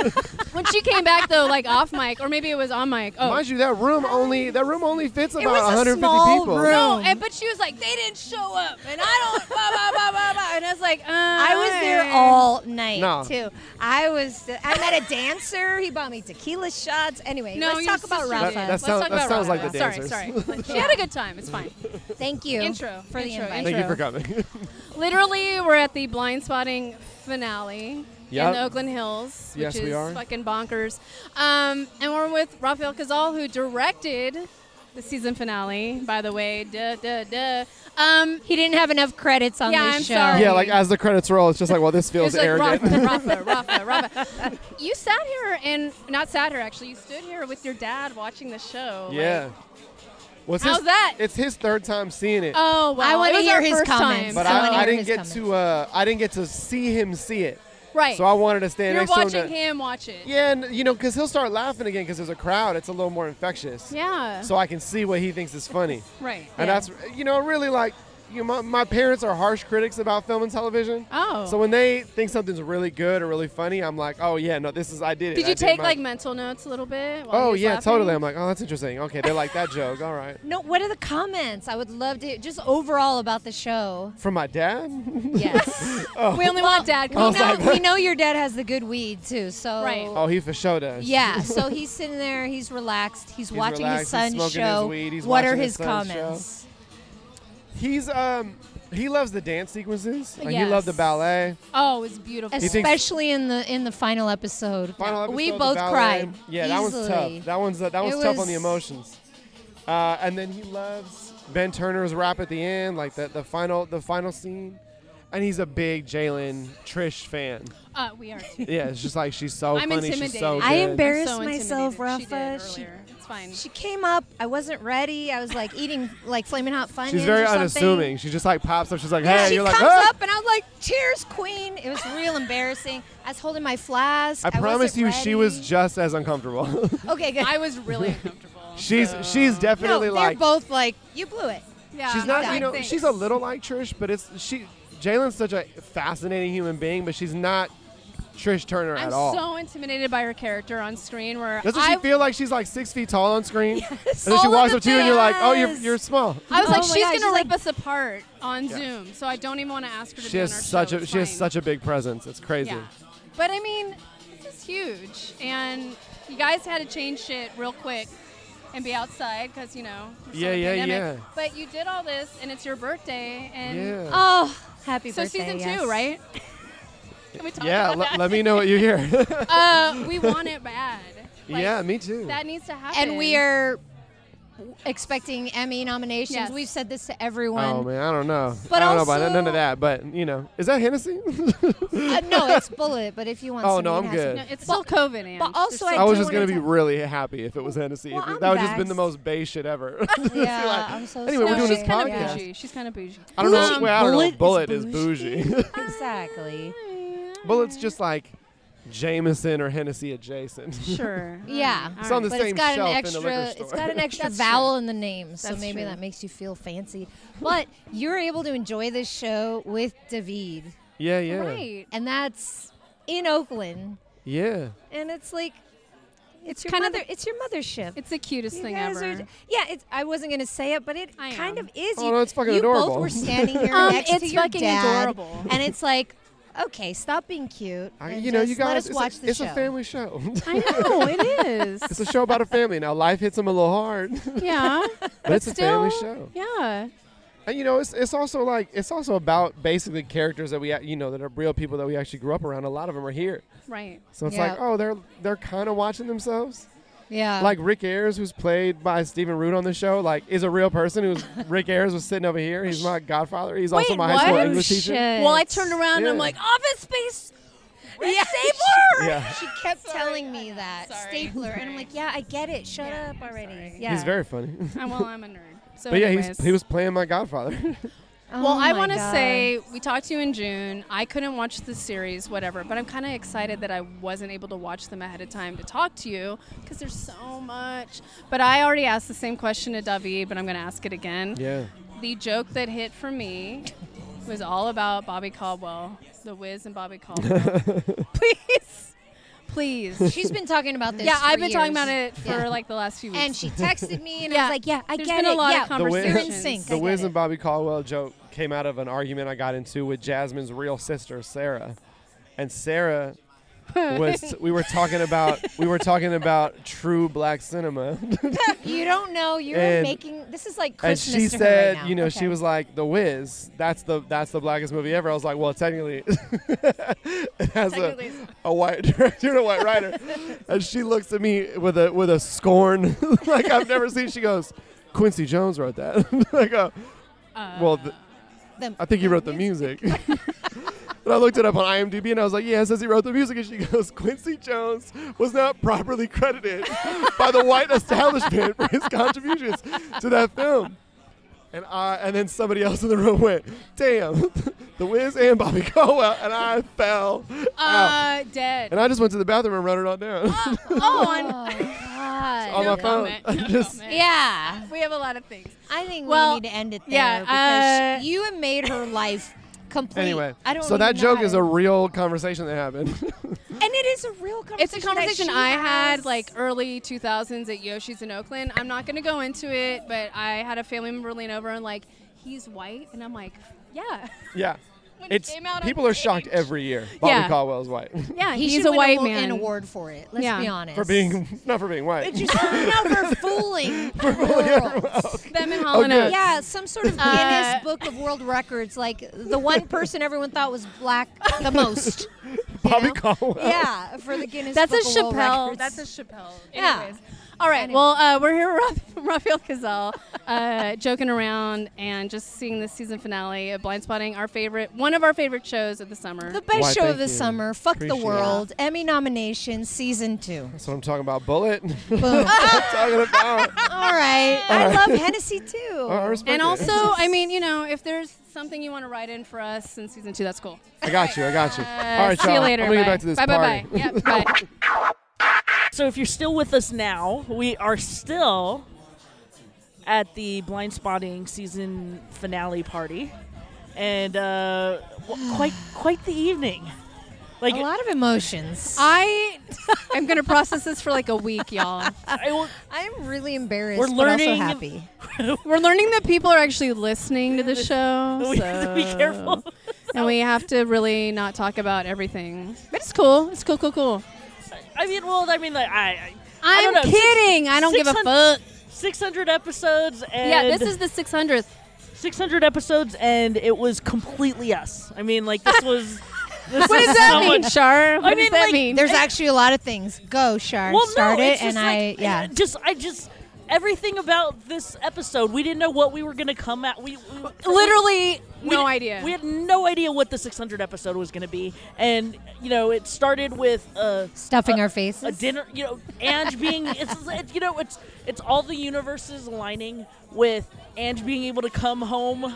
Speaker 3: When she came back though, like off mic, or maybe it was on mic. Oh,
Speaker 7: Mind you, that room only that room only fits
Speaker 3: it
Speaker 7: about
Speaker 3: was
Speaker 7: 150
Speaker 3: a small
Speaker 7: people.
Speaker 3: room. No, and, but she was like, they didn't show up, and I don't. blah, blah, blah, blah, blah. And I was like, uh,
Speaker 2: I was there all night
Speaker 7: No.
Speaker 2: too. I was. I met a dancer. He bought me tequila shots. Anyway,
Speaker 3: No,
Speaker 2: let's
Speaker 3: your
Speaker 2: talk about
Speaker 3: sister
Speaker 2: Rafa.
Speaker 3: did.
Speaker 7: That-
Speaker 3: Let's
Speaker 7: that sound-
Speaker 3: talk
Speaker 7: that
Speaker 3: about
Speaker 7: sounds
Speaker 3: Rafa.
Speaker 7: like the
Speaker 3: sorry,
Speaker 7: dancers.
Speaker 3: sorry. Like, she had a good time. It's fine.
Speaker 2: Thank you.
Speaker 3: Intro
Speaker 2: for the
Speaker 3: intro,
Speaker 2: invite.
Speaker 7: Thank you for
Speaker 3: intro.
Speaker 7: coming.
Speaker 3: Literally, we're at the blind spotting finale
Speaker 7: Yep.
Speaker 3: in Oakland Hills, which
Speaker 7: Yes,
Speaker 3: is
Speaker 7: we are.
Speaker 3: fucking bonkers. Um, and we're with Rafael Cazal, who directed the season finale. By the way, duh, duh, duh. Um,
Speaker 2: He didn't have enough credits on
Speaker 3: Yeah,
Speaker 2: this
Speaker 3: I'm
Speaker 2: show.
Speaker 3: sorry.
Speaker 7: yeah, like as the credits roll, it's just like, well, this feels
Speaker 3: it's like
Speaker 7: arrogant.
Speaker 3: Rafa, Rafa, Rafa, Rafa. You sat here and not sat here actually. You stood here with your dad watching the show. like-
Speaker 7: yeah. What's
Speaker 3: How's that?
Speaker 7: It's his third time seeing it.
Speaker 3: oh wow.
Speaker 2: I wanna
Speaker 3: It was
Speaker 2: hear
Speaker 3: our
Speaker 2: his
Speaker 3: first
Speaker 2: comments.
Speaker 7: but
Speaker 3: Time.
Speaker 2: so
Speaker 7: I,
Speaker 2: many
Speaker 7: I
Speaker 2: of
Speaker 7: didn't
Speaker 2: his
Speaker 7: get to
Speaker 2: comments.
Speaker 7: uh, I didn't get to see him see it.
Speaker 3: right.
Speaker 7: So I wanted to stand
Speaker 3: You're
Speaker 7: next to him.
Speaker 3: watching
Speaker 7: to-
Speaker 3: him watch it.
Speaker 7: Yeah, and you know, because he'll start laughing again because there's a crowd. It's a little more infectious.
Speaker 3: Yeah.
Speaker 7: So I can see what he thinks is funny.
Speaker 3: right.
Speaker 7: And
Speaker 2: Yeah.
Speaker 7: that's, you know, really like, you know, my, my parents are harsh critics about film and television.
Speaker 3: Oh.
Speaker 7: So when they think something's really good or really funny, I'm like, oh, yeah, no, this is, I did it.
Speaker 3: Did
Speaker 7: I
Speaker 3: you take
Speaker 7: mine.
Speaker 3: like mental notes a little bit? while he
Speaker 7: Oh,
Speaker 3: was
Speaker 7: yeah,
Speaker 3: laughing?
Speaker 7: totally. I'm like, oh, that's interesting. Okay, they like that joke. All right.
Speaker 2: No, what are the comments? I would love to just overall about the show.
Speaker 7: From my dad?
Speaker 2: Yes.
Speaker 3: We only want dad.
Speaker 2: we,
Speaker 3: comments.
Speaker 2: know, we know your dad has the good weed too, so
Speaker 3: Right.
Speaker 7: oh, he for sure does.
Speaker 2: Yeah, so he's sitting there, he's relaxed, he's, watching
Speaker 7: relaxed,
Speaker 2: his
Speaker 7: he's
Speaker 2: son's
Speaker 7: smoking his
Speaker 2: show.
Speaker 7: weed, he's
Speaker 2: what are
Speaker 7: watching
Speaker 2: his,
Speaker 7: his son's show.
Speaker 2: comments?
Speaker 7: He's, um, he loves the dance sequences. Like,
Speaker 3: Yes.
Speaker 7: He loved the ballet.
Speaker 3: Oh, it's beautiful.
Speaker 7: thinks-
Speaker 2: Especially in the in the final episode.
Speaker 7: Final episode,
Speaker 2: we
Speaker 7: the
Speaker 2: both
Speaker 7: ballet.
Speaker 2: cried.
Speaker 7: Yeah,
Speaker 2: easily.
Speaker 7: that one's tough. That one's that one's
Speaker 2: It
Speaker 7: tough on the
Speaker 2: was-
Speaker 7: emotions. Uh, and then he loves Ben Turner's rap at the end, like the, the final the final scene. And he's a big Jalen Trish fan.
Speaker 3: uh, we are too.
Speaker 7: Yeah, it's just like she's so
Speaker 3: I'm
Speaker 7: funny. She's so
Speaker 3: intimidated.
Speaker 7: good.
Speaker 2: I
Speaker 3: I'm
Speaker 2: embarrassed
Speaker 3: so
Speaker 2: myself,
Speaker 3: intimidated.
Speaker 2: Rafa.
Speaker 3: She
Speaker 2: She-
Speaker 3: did earlier. it's fine.
Speaker 2: She came up. I wasn't ready. I was like eating like flaming hot fun.
Speaker 7: She's very unassuming. She just like pops up. She's like, hey,
Speaker 2: she
Speaker 7: you're
Speaker 2: comes
Speaker 7: like, "Ah!"
Speaker 2: up and I'm like, "Cheers, Queen!" It was real embarrassing. I was holding my flask.
Speaker 7: I promise
Speaker 2: wasn't
Speaker 7: you, she was
Speaker 2: ready.
Speaker 7: just as uncomfortable.
Speaker 2: okay. Good.
Speaker 3: I was really uncomfortable.
Speaker 7: she's
Speaker 3: so-
Speaker 7: she's
Speaker 2: no,
Speaker 7: definitely
Speaker 2: they're
Speaker 7: like
Speaker 2: both like, "You blew it."
Speaker 3: yeah,
Speaker 7: she's
Speaker 2: yeah,
Speaker 7: not you know
Speaker 3: thanks.
Speaker 7: she's a little like Trish, but it's she Jalen's such a fascinating human being, but she's not Trish Turner
Speaker 3: I'm
Speaker 7: at all.
Speaker 3: so intimidated by her character on screen. Where
Speaker 7: Doesn't
Speaker 3: I,
Speaker 7: she feel like she's like six feet tall on screen? And then
Speaker 3: All
Speaker 7: she
Speaker 3: of
Speaker 7: walks
Speaker 3: the
Speaker 7: up to you and you're like, oh, you're,
Speaker 2: things.
Speaker 7: you're small.
Speaker 3: I was like,
Speaker 2: Oh my
Speaker 3: she's
Speaker 2: God,
Speaker 3: gonna
Speaker 2: she's
Speaker 3: rip
Speaker 2: like-
Speaker 3: us apart on Zoom, so I don't even want to ask her to
Speaker 7: She
Speaker 3: be
Speaker 7: has
Speaker 3: on our
Speaker 7: such
Speaker 3: show.
Speaker 7: a she has such a big presence. It's crazy.
Speaker 3: yeah. But I mean, this is huge, and you guys had to change shit real quick and be outside because you know. we're still
Speaker 7: Yeah,
Speaker 3: in a
Speaker 7: yeah,
Speaker 3: pandemic.
Speaker 7: yeah.
Speaker 3: But you did all this, and it's your birthday, and
Speaker 7: Yeah.
Speaker 2: Oh, happy
Speaker 3: so
Speaker 2: birthday!
Speaker 3: season two,
Speaker 2: yes.
Speaker 3: right? Can we talk
Speaker 7: yeah.
Speaker 3: about
Speaker 7: let-
Speaker 3: that?
Speaker 7: let me know what you hear.
Speaker 3: uh, we want it bad. Like,
Speaker 7: yeah, me too.
Speaker 3: That needs to happen.
Speaker 2: And we are expecting Emmy nominations.
Speaker 3: Yes.
Speaker 2: We've said this to everyone.
Speaker 7: Oh man, I don't know.
Speaker 2: But
Speaker 7: I don't know about
Speaker 2: also-
Speaker 7: none of that. But you know, is that Hennessy?
Speaker 2: Uh, no, it's bullet. But if you want,
Speaker 7: Oh,
Speaker 2: some,
Speaker 7: no,
Speaker 2: you
Speaker 7: I'm
Speaker 2: can have some.
Speaker 7: good.
Speaker 3: No, it's still COVID, and
Speaker 2: But also, I
Speaker 7: I was
Speaker 2: do
Speaker 7: just gonna
Speaker 2: wanna
Speaker 7: be
Speaker 2: talk-
Speaker 7: really happy if it was Hennessy.
Speaker 2: Well,
Speaker 7: If it-
Speaker 2: I'm
Speaker 7: that would just been
Speaker 2: vaxxed.
Speaker 7: the most bay shit ever.
Speaker 2: Yeah,
Speaker 7: like-
Speaker 2: I'm so
Speaker 7: Anyway, we're
Speaker 3: no,
Speaker 2: sorry.
Speaker 7: doing this
Speaker 3: she's kind of
Speaker 7: podcast.
Speaker 3: bougie. She's kind of bougie.
Speaker 7: I don't know.
Speaker 2: Bougie.
Speaker 7: Well, I don't know.
Speaker 2: Bullet
Speaker 7: Bullet
Speaker 2: is
Speaker 7: is bougie.
Speaker 2: Exactly.
Speaker 7: Bullet's just like Jameson or Hennessy adjacent.
Speaker 3: Sure.
Speaker 2: Yeah.
Speaker 7: It's on the
Speaker 2: but
Speaker 7: same
Speaker 2: it's got
Speaker 7: shelf
Speaker 2: an
Speaker 7: in the
Speaker 2: extra
Speaker 7: liquor store.
Speaker 2: it's got an extra
Speaker 3: That's
Speaker 2: vowel in the name so
Speaker 3: That's
Speaker 2: maybe
Speaker 3: true.
Speaker 2: that makes you feel fancy but you're able to enjoy this show with david
Speaker 7: yeah, yeah,
Speaker 3: Right.
Speaker 2: and that's in oakland
Speaker 7: yeah.
Speaker 2: and it's like it's, your
Speaker 3: kinda
Speaker 2: mother it's your mothership
Speaker 3: It's the cutest
Speaker 2: You
Speaker 3: thing
Speaker 2: guys
Speaker 3: ever.
Speaker 2: are- yeah, it's, I wasn't gonna say it, but it
Speaker 3: I
Speaker 2: kind
Speaker 3: am.
Speaker 2: of is.
Speaker 7: Oh,
Speaker 2: you,
Speaker 7: no, it's fucking
Speaker 2: you both
Speaker 7: adorable.
Speaker 2: were standing here
Speaker 3: Um,
Speaker 2: next to
Speaker 3: it's
Speaker 2: your
Speaker 3: fucking
Speaker 2: dad,
Speaker 3: adorable.
Speaker 2: and it's like, okay, stop being cute.
Speaker 7: I,
Speaker 2: and
Speaker 7: you know,
Speaker 2: just
Speaker 7: you guys.
Speaker 2: let us
Speaker 7: it's
Speaker 2: watch
Speaker 7: a,
Speaker 2: the
Speaker 7: it's
Speaker 2: show.
Speaker 7: a family show.
Speaker 3: I know it is.
Speaker 7: it's a show about a family. Now life hits them a little hard, but,
Speaker 3: Yeah.
Speaker 7: it's a family
Speaker 3: Still,
Speaker 7: show.
Speaker 3: Yeah.
Speaker 7: And you know, it's, it's also like it's also about basically characters that we act- you know that are real people that we actually grew up around. A lot of them are here,
Speaker 3: Right.
Speaker 7: so it's
Speaker 2: Yeah.
Speaker 7: like oh they're they're kind of watching themselves.
Speaker 2: Yeah,
Speaker 7: like Rick Ayers, who's played by Stephen Root on the show, like is a real person. Who's Rick Ayers was sitting over here. He's my godfather. He's also
Speaker 3: Wait,
Speaker 7: my high school
Speaker 3: what?
Speaker 7: English teacher.
Speaker 3: Well, I turned around and I'm
Speaker 7: Yeah.
Speaker 3: like, oh, Office Space.
Speaker 2: yeah.
Speaker 7: Yeah.
Speaker 2: She kept telling me that
Speaker 3: Sorry.
Speaker 2: stapler, and I'm like, yeah, I get it. Shut
Speaker 3: Yeah,
Speaker 2: up
Speaker 3: I'm
Speaker 2: already.
Speaker 3: sorry.
Speaker 2: Yeah,
Speaker 7: He's very funny.
Speaker 3: Uh, well, I'm a nerd. So
Speaker 7: but yeah,
Speaker 3: anyways.
Speaker 7: he's, he was playing my godfather.
Speaker 2: Oh
Speaker 3: Well, I
Speaker 2: my
Speaker 3: want to
Speaker 2: God.
Speaker 3: say we talked to you in June. I couldn't watch the series, whatever, but I'm kind of excited that I wasn't able to watch them ahead of time to talk to you because there's so much. But I already asked the same question to David, but I'm going to ask it again.
Speaker 7: yeah.
Speaker 3: The joke that hit for me It was all about Bobby Caldwell, The Wiz and Bobby Caldwell. please, please.
Speaker 2: She's been talking about this.
Speaker 3: Yeah,
Speaker 2: for
Speaker 3: I've been talking
Speaker 2: years.
Speaker 3: about it for
Speaker 2: Yeah.
Speaker 3: like the last few weeks.
Speaker 2: And she texted me, and I
Speaker 3: Yeah.
Speaker 2: was like, "Yeah, I
Speaker 3: There's
Speaker 2: get
Speaker 3: been
Speaker 2: it.
Speaker 3: a lot
Speaker 2: yeah,
Speaker 3: of
Speaker 2: we're in
Speaker 7: conversations.
Speaker 2: sync. I
Speaker 7: The
Speaker 2: get
Speaker 7: Wiz
Speaker 2: it.
Speaker 7: and Bobby Caldwell joke came out of an argument I got into with Jasmine's real sister, Sarah. And Sarah was we were talking about we were talking about true black cinema.
Speaker 2: You don't know. You're
Speaker 7: And-
Speaker 2: making this is like
Speaker 7: and
Speaker 2: Christmas.
Speaker 7: she
Speaker 2: to her right
Speaker 7: said,
Speaker 2: now.
Speaker 7: you know,
Speaker 2: Okay.
Speaker 7: she was like, The Wiz, that's the that's the blackest movie ever. I was like, Well technically it has
Speaker 3: Technically
Speaker 7: a,
Speaker 3: it's-
Speaker 7: a white director and a white writer. and she looks at me with a with a scorn like I've never seen. She goes, Quincy Jones wrote that. I go, Well, th-
Speaker 2: The-
Speaker 7: I think he wrote the music. and I looked it up on IMDb and I was like, yeah, it says he wrote the music. And she goes, Quincy Jones was not properly credited by the white establishment for his contributions to that film. And I, and then somebody else in the room went, damn, The Wiz and Bobby Caldwell. And I fell out.
Speaker 3: uh, dead.
Speaker 7: And I just went to the bathroom and wrote it all down
Speaker 2: Oh
Speaker 3: on.
Speaker 7: on
Speaker 3: Ah, no
Speaker 7: my phone.
Speaker 3: comment, no
Speaker 7: Just-
Speaker 3: comment.
Speaker 2: Yeah,
Speaker 3: We have a lot of things.
Speaker 2: I think
Speaker 3: Well,
Speaker 2: we need to end it there
Speaker 3: yeah,
Speaker 2: because
Speaker 3: uh,
Speaker 2: you have made her life complete.
Speaker 7: anyway,
Speaker 2: I don't.
Speaker 7: so
Speaker 2: even
Speaker 7: that
Speaker 2: know
Speaker 7: joke
Speaker 2: how
Speaker 7: is
Speaker 2: to-
Speaker 7: a real conversation that happened.
Speaker 2: and it is a real conversation.
Speaker 3: It's a
Speaker 2: that
Speaker 3: conversation
Speaker 2: she
Speaker 3: I
Speaker 2: has.
Speaker 3: had like early 2000s at Yoshi's in Oakland. I'm not going to go into it, but I had a family member lean over and like, he's white, and I'm like, yeah,
Speaker 7: yeah.
Speaker 3: When it
Speaker 7: It's
Speaker 3: came out on
Speaker 7: people are shocked
Speaker 3: stage.
Speaker 7: every year. Bobby
Speaker 3: Yeah.
Speaker 7: Caldwell's white.
Speaker 3: yeah,
Speaker 2: he
Speaker 3: he's
Speaker 2: should
Speaker 3: a
Speaker 2: win
Speaker 3: white
Speaker 2: awa-
Speaker 3: man.
Speaker 2: an award for it. Let's
Speaker 3: Yeah.
Speaker 2: be honest.
Speaker 7: for being not for being white.
Speaker 2: just no, for fooling. the world.
Speaker 3: Them and Hall and Oates.
Speaker 2: Yeah, some sort of Guinness
Speaker 3: Uh,
Speaker 2: Book of World Records. Like the one person everyone thought was black the most.
Speaker 7: Bobby
Speaker 2: know?
Speaker 7: Caldwell.
Speaker 2: Yeah, for the Guinness.
Speaker 3: That's a
Speaker 2: Book of World
Speaker 3: Chappelle.
Speaker 2: Records.
Speaker 3: That's a Chappelle.
Speaker 2: Yeah.
Speaker 3: Anyways. All right.
Speaker 2: Anyway.
Speaker 3: Well, uh, we're here with Raphael Cazal, uh, joking around and just seeing the season finale of Blind Spotting, our favorite, one of our favorite shows of the summer.
Speaker 2: the best
Speaker 7: Why,
Speaker 2: show of
Speaker 7: thank
Speaker 2: the
Speaker 7: you.
Speaker 2: summer. Fuck
Speaker 7: Appreciate
Speaker 2: the
Speaker 7: it.
Speaker 2: world. Emmy nomination, season two.
Speaker 7: That's what I'm talking about. Bullet.
Speaker 2: Boom.
Speaker 7: I'm talking about.
Speaker 2: All right. I love Hennessy too.
Speaker 7: I respect
Speaker 3: and
Speaker 7: it.
Speaker 3: also, I mean, you know, if there's something you want to write in for us in season two, that's cool.
Speaker 7: I got you. I got you. All right,
Speaker 3: Uh, see
Speaker 7: y'all.
Speaker 3: you later.
Speaker 7: I'm gonna
Speaker 3: bye.
Speaker 7: get back to this
Speaker 3: bye,
Speaker 7: party.
Speaker 3: Bye, bye, bye. Yep, bye.
Speaker 1: So if you're still with us now, we are still at the blind spotting season finale party, and uh, w- quite quite the evening. Like
Speaker 2: A lot of emotions.
Speaker 3: I am gonna process this for like a week, y'all.
Speaker 1: I will-
Speaker 2: I'm really embarrassed.
Speaker 1: We're
Speaker 2: But
Speaker 1: learning-
Speaker 2: also happy.
Speaker 3: We're learning that people are actually listening to the show.
Speaker 1: we have to be
Speaker 3: so-
Speaker 1: careful.
Speaker 3: and we have to really not talk about everything. But it's cool. It's cool, cool, cool.
Speaker 1: I mean, well, I mean, like I, I, I
Speaker 3: I'm
Speaker 1: don't know, six-
Speaker 3: kidding. I don't give a
Speaker 1: 600
Speaker 3: fuck.
Speaker 1: 600 episodes and
Speaker 3: Yeah, this is the 600th.
Speaker 1: 600 episodes, and it was completely us. I mean, like this was. This
Speaker 3: What
Speaker 1: is
Speaker 3: does that
Speaker 1: so
Speaker 3: mean,
Speaker 1: much-
Speaker 3: Char? What
Speaker 1: mean,
Speaker 3: does that
Speaker 1: like,
Speaker 3: mean?
Speaker 2: There's actually a lot of things. Go, Shar.
Speaker 1: Well,
Speaker 2: Start
Speaker 1: no,
Speaker 2: it,
Speaker 1: it's
Speaker 2: and
Speaker 1: just
Speaker 2: I
Speaker 1: like, uh,
Speaker 2: yeah.
Speaker 1: just I just everything about this episode. We didn't know what we were gonna come at. We, we
Speaker 3: Literally
Speaker 1: we-
Speaker 3: no
Speaker 1: we-
Speaker 3: idea.
Speaker 1: We had no idea what the 600 episode was gonna be, and you know, it started with a
Speaker 2: Stuffing
Speaker 1: a-
Speaker 2: our faces.
Speaker 1: uh, a dinner. You know, Ange being it's it, you know it's it's all the universes aligning with Ange being able to come home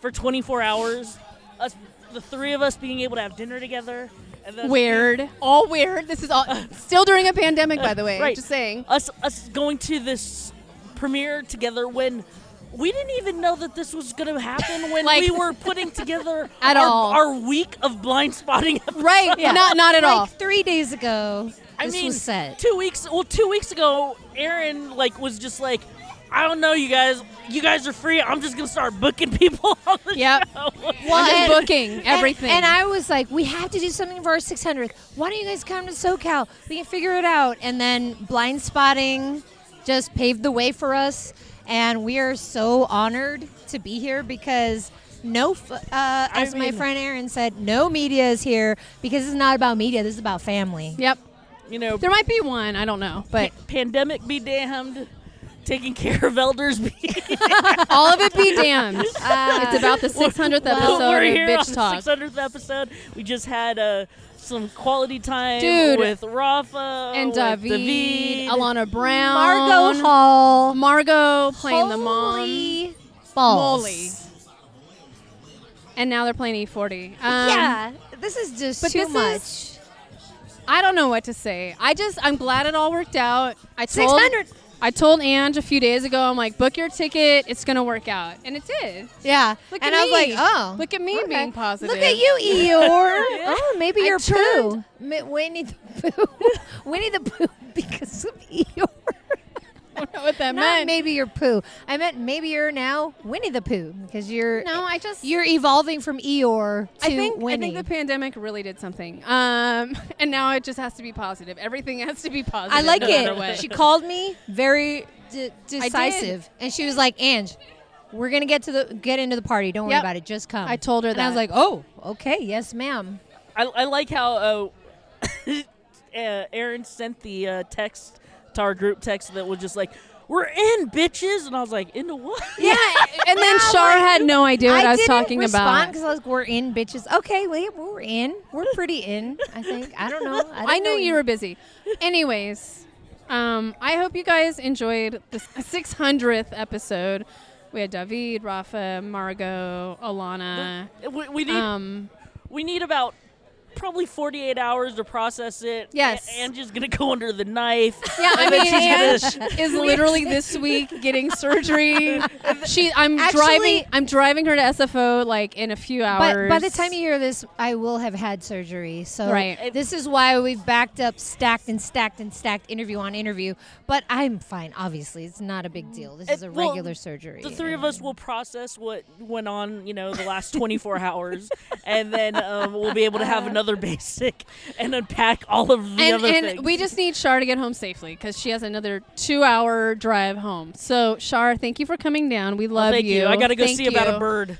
Speaker 1: for 24 hours. Us, the three of us being able to have dinner together. And then us being-
Speaker 3: weird. All weird. This is all still during a pandemic, by the way.
Speaker 1: Right.
Speaker 3: Just saying.
Speaker 1: Us us going to this premiere together when we didn't even know that this was going to happen when
Speaker 3: Like-
Speaker 1: we were putting together
Speaker 3: At
Speaker 1: our,
Speaker 3: all.
Speaker 1: our week of blind spotting.
Speaker 3: Right. Not not at
Speaker 2: like
Speaker 3: all.
Speaker 2: three days ago.
Speaker 1: I
Speaker 2: this
Speaker 1: mean,
Speaker 2: was set.
Speaker 1: two weeks. Well, two weeks ago, Aaron like was just like, I don't know, you guys. You guys are free. I'm just gonna start booking people on the
Speaker 3: Yep.
Speaker 1: show.
Speaker 3: I'm just
Speaker 2: and-
Speaker 3: booking
Speaker 2: And-
Speaker 3: everything.
Speaker 2: And, I was like, we have to do something for our 600th. Why don't you guys come to SoCal? We can figure it out. And then blind spotting just paved the way for us. And we are so honored to be here because no, f- uh, as my
Speaker 1: mean-
Speaker 2: friend Aaron said, no media is here because it's not about media. This is about family.
Speaker 3: yep.
Speaker 1: You know,
Speaker 3: There might be one. I don't know. But
Speaker 1: pa- pandemic be damned. Taking care of elders be
Speaker 3: all of it be damned. it's about the 600th episode
Speaker 1: we're
Speaker 3: of
Speaker 1: here on
Speaker 3: Bitch
Speaker 1: the
Speaker 3: Talk.
Speaker 1: 600th episode. We just had uh, some quality time
Speaker 3: Dude.
Speaker 1: with Rafa
Speaker 3: and
Speaker 1: with
Speaker 3: David,
Speaker 1: David.
Speaker 3: Alana Brown,
Speaker 2: Margot Hall.
Speaker 3: Margot playing the mom,
Speaker 2: Holy balls.
Speaker 3: Molly. and now they're playing E40. Um,
Speaker 2: yeah, this is just
Speaker 3: but
Speaker 2: too
Speaker 3: this
Speaker 2: much.
Speaker 3: is- I don't know what to say. I just I'm glad it all worked out. I told
Speaker 2: 600.
Speaker 3: I told Ange a few days ago, I'm like, book your ticket. It's going to work out. And it did.
Speaker 2: Yeah.
Speaker 3: Look
Speaker 2: and
Speaker 3: at
Speaker 2: I was like,
Speaker 3: me.
Speaker 2: oh.
Speaker 3: Look at me
Speaker 2: okay.
Speaker 3: being positive.
Speaker 2: Look at you, Eeyore. Oh, maybe
Speaker 3: I
Speaker 2: you're poo.
Speaker 3: turned-
Speaker 2: Mi- Winnie the Pooh. Winnie the Pooh because of Eeyore.
Speaker 3: I don't know what that
Speaker 2: Not
Speaker 3: meant.
Speaker 2: maybe you're poo. I meant maybe you're now Winnie the Pooh because you're
Speaker 4: No, I just
Speaker 2: you're evolving from Eeyore to
Speaker 3: I think
Speaker 2: Winnie.
Speaker 3: I think the pandemic really did something. Um, and now it just has to be positive. Everything has to be positive.
Speaker 2: I like
Speaker 3: no matter
Speaker 2: it.
Speaker 3: what.
Speaker 2: She called me very de- decisive, and she was like, "Ange, we're gonna get to the get into the party. Don't worry
Speaker 3: Yep.
Speaker 2: about it. Just come."
Speaker 3: I told her
Speaker 2: and
Speaker 3: that.
Speaker 2: I was like, "Oh, okay, yes, ma'am."
Speaker 1: I, I like how uh, uh, Aaron sent the uh, text to our group text that was just like, "We're in, bitches," and I was like, "Into what?"
Speaker 3: yeah. And then Shar had no idea what I, was
Speaker 2: didn't
Speaker 3: talking
Speaker 2: respond
Speaker 3: about.
Speaker 2: because I was, "We're in, bitches." Okay, wait, we're in. We're pretty in. I think. I don't know. I,
Speaker 3: I
Speaker 2: didn't
Speaker 3: knew
Speaker 2: know
Speaker 3: you were busy. Anyways, um, I hope you guys enjoyed this 600th episode. We had David, Rafa, Margot, Alana.
Speaker 1: We, we need
Speaker 3: Um,
Speaker 1: we need about probably 48 hours to process it.
Speaker 3: Yes.
Speaker 1: A- Angie's going to go under the knife.
Speaker 3: yeah, I
Speaker 1: And then
Speaker 3: mean,
Speaker 1: she's gonna-
Speaker 3: Ange is literally this week getting surgery. She, I'm
Speaker 2: Actually-
Speaker 3: driving, I'm driving her to SFO like in a few
Speaker 2: But
Speaker 3: hours.
Speaker 2: by the time you hear this, I will have had surgery. So
Speaker 3: Right.
Speaker 2: this is why we've backed up, stacked and stacked and stacked interview on interview. But I'm fine. Obviously, it's not a big deal. This
Speaker 1: It-
Speaker 2: is a
Speaker 1: well,
Speaker 2: regular surgery.
Speaker 1: the three of us will process what went on, you know, the last 24 hours, and then um, we'll be able to have another basic and unpack all of the
Speaker 3: and,
Speaker 1: other
Speaker 3: and
Speaker 1: things.
Speaker 3: we just need Shar to get home safely because she has another two-hour drive home. So Shar, thank you for coming down. We love
Speaker 1: Thank you. I got to go
Speaker 3: Thank
Speaker 1: see about
Speaker 3: you.
Speaker 1: a bird.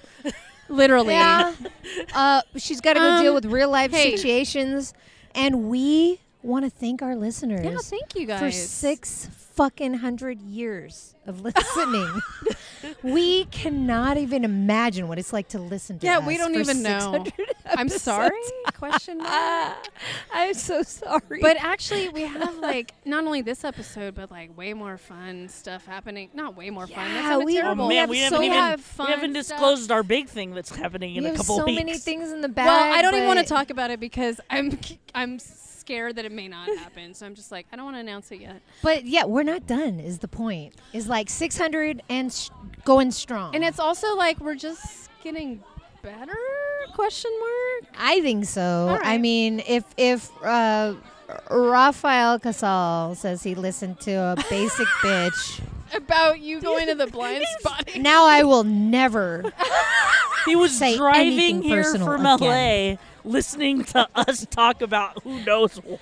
Speaker 3: Literally.
Speaker 2: Yeah. uh, she's got to go
Speaker 3: Um,
Speaker 2: deal with real life
Speaker 3: hey.
Speaker 2: situations, and we want to thank our listeners.
Speaker 3: Yeah, thank you guys.
Speaker 2: for six fucking hundred years of listening. we cannot even imagine what it's like to listen to
Speaker 3: Yeah,
Speaker 2: us
Speaker 3: we don't
Speaker 2: for
Speaker 3: even know.
Speaker 2: 600
Speaker 3: I'm sorry? Question mark.
Speaker 2: Ah, I'm so sorry.
Speaker 3: But actually, we have like not only this episode, but like way more fun stuff happening. Not way more fun. That
Speaker 2: Yeah,
Speaker 3: sounded
Speaker 2: we- Oh,
Speaker 1: Oh,
Speaker 3: terrible.
Speaker 1: man,
Speaker 2: we have
Speaker 1: we
Speaker 2: so
Speaker 1: haven't even
Speaker 3: have fun
Speaker 1: we haven't
Speaker 3: stuff.
Speaker 1: disclosed our big thing that's happening
Speaker 2: we
Speaker 1: in a
Speaker 2: have
Speaker 1: couple
Speaker 2: so
Speaker 1: weeks.
Speaker 2: many things in the bag.
Speaker 3: Well, I don't even want to
Speaker 2: but-
Speaker 3: talk about it because I'm I'm scared that it may not happen. So I'm just like I don't want to announce it yet.
Speaker 2: But yeah, we're not done. Is the point? Is like 600 and sh- going strong.
Speaker 3: And it's also like we're just getting better? Question mark.
Speaker 2: I think so.
Speaker 3: All right.
Speaker 2: I mean, if if uh, Rafael Casal says he listened to a basic bitch,
Speaker 3: About you going to the blind spot.
Speaker 2: now I will never
Speaker 1: He was
Speaker 2: say
Speaker 1: driving
Speaker 2: anything
Speaker 1: here
Speaker 2: personal
Speaker 1: from
Speaker 2: again.
Speaker 1: LA, listening to us talk about who knows what.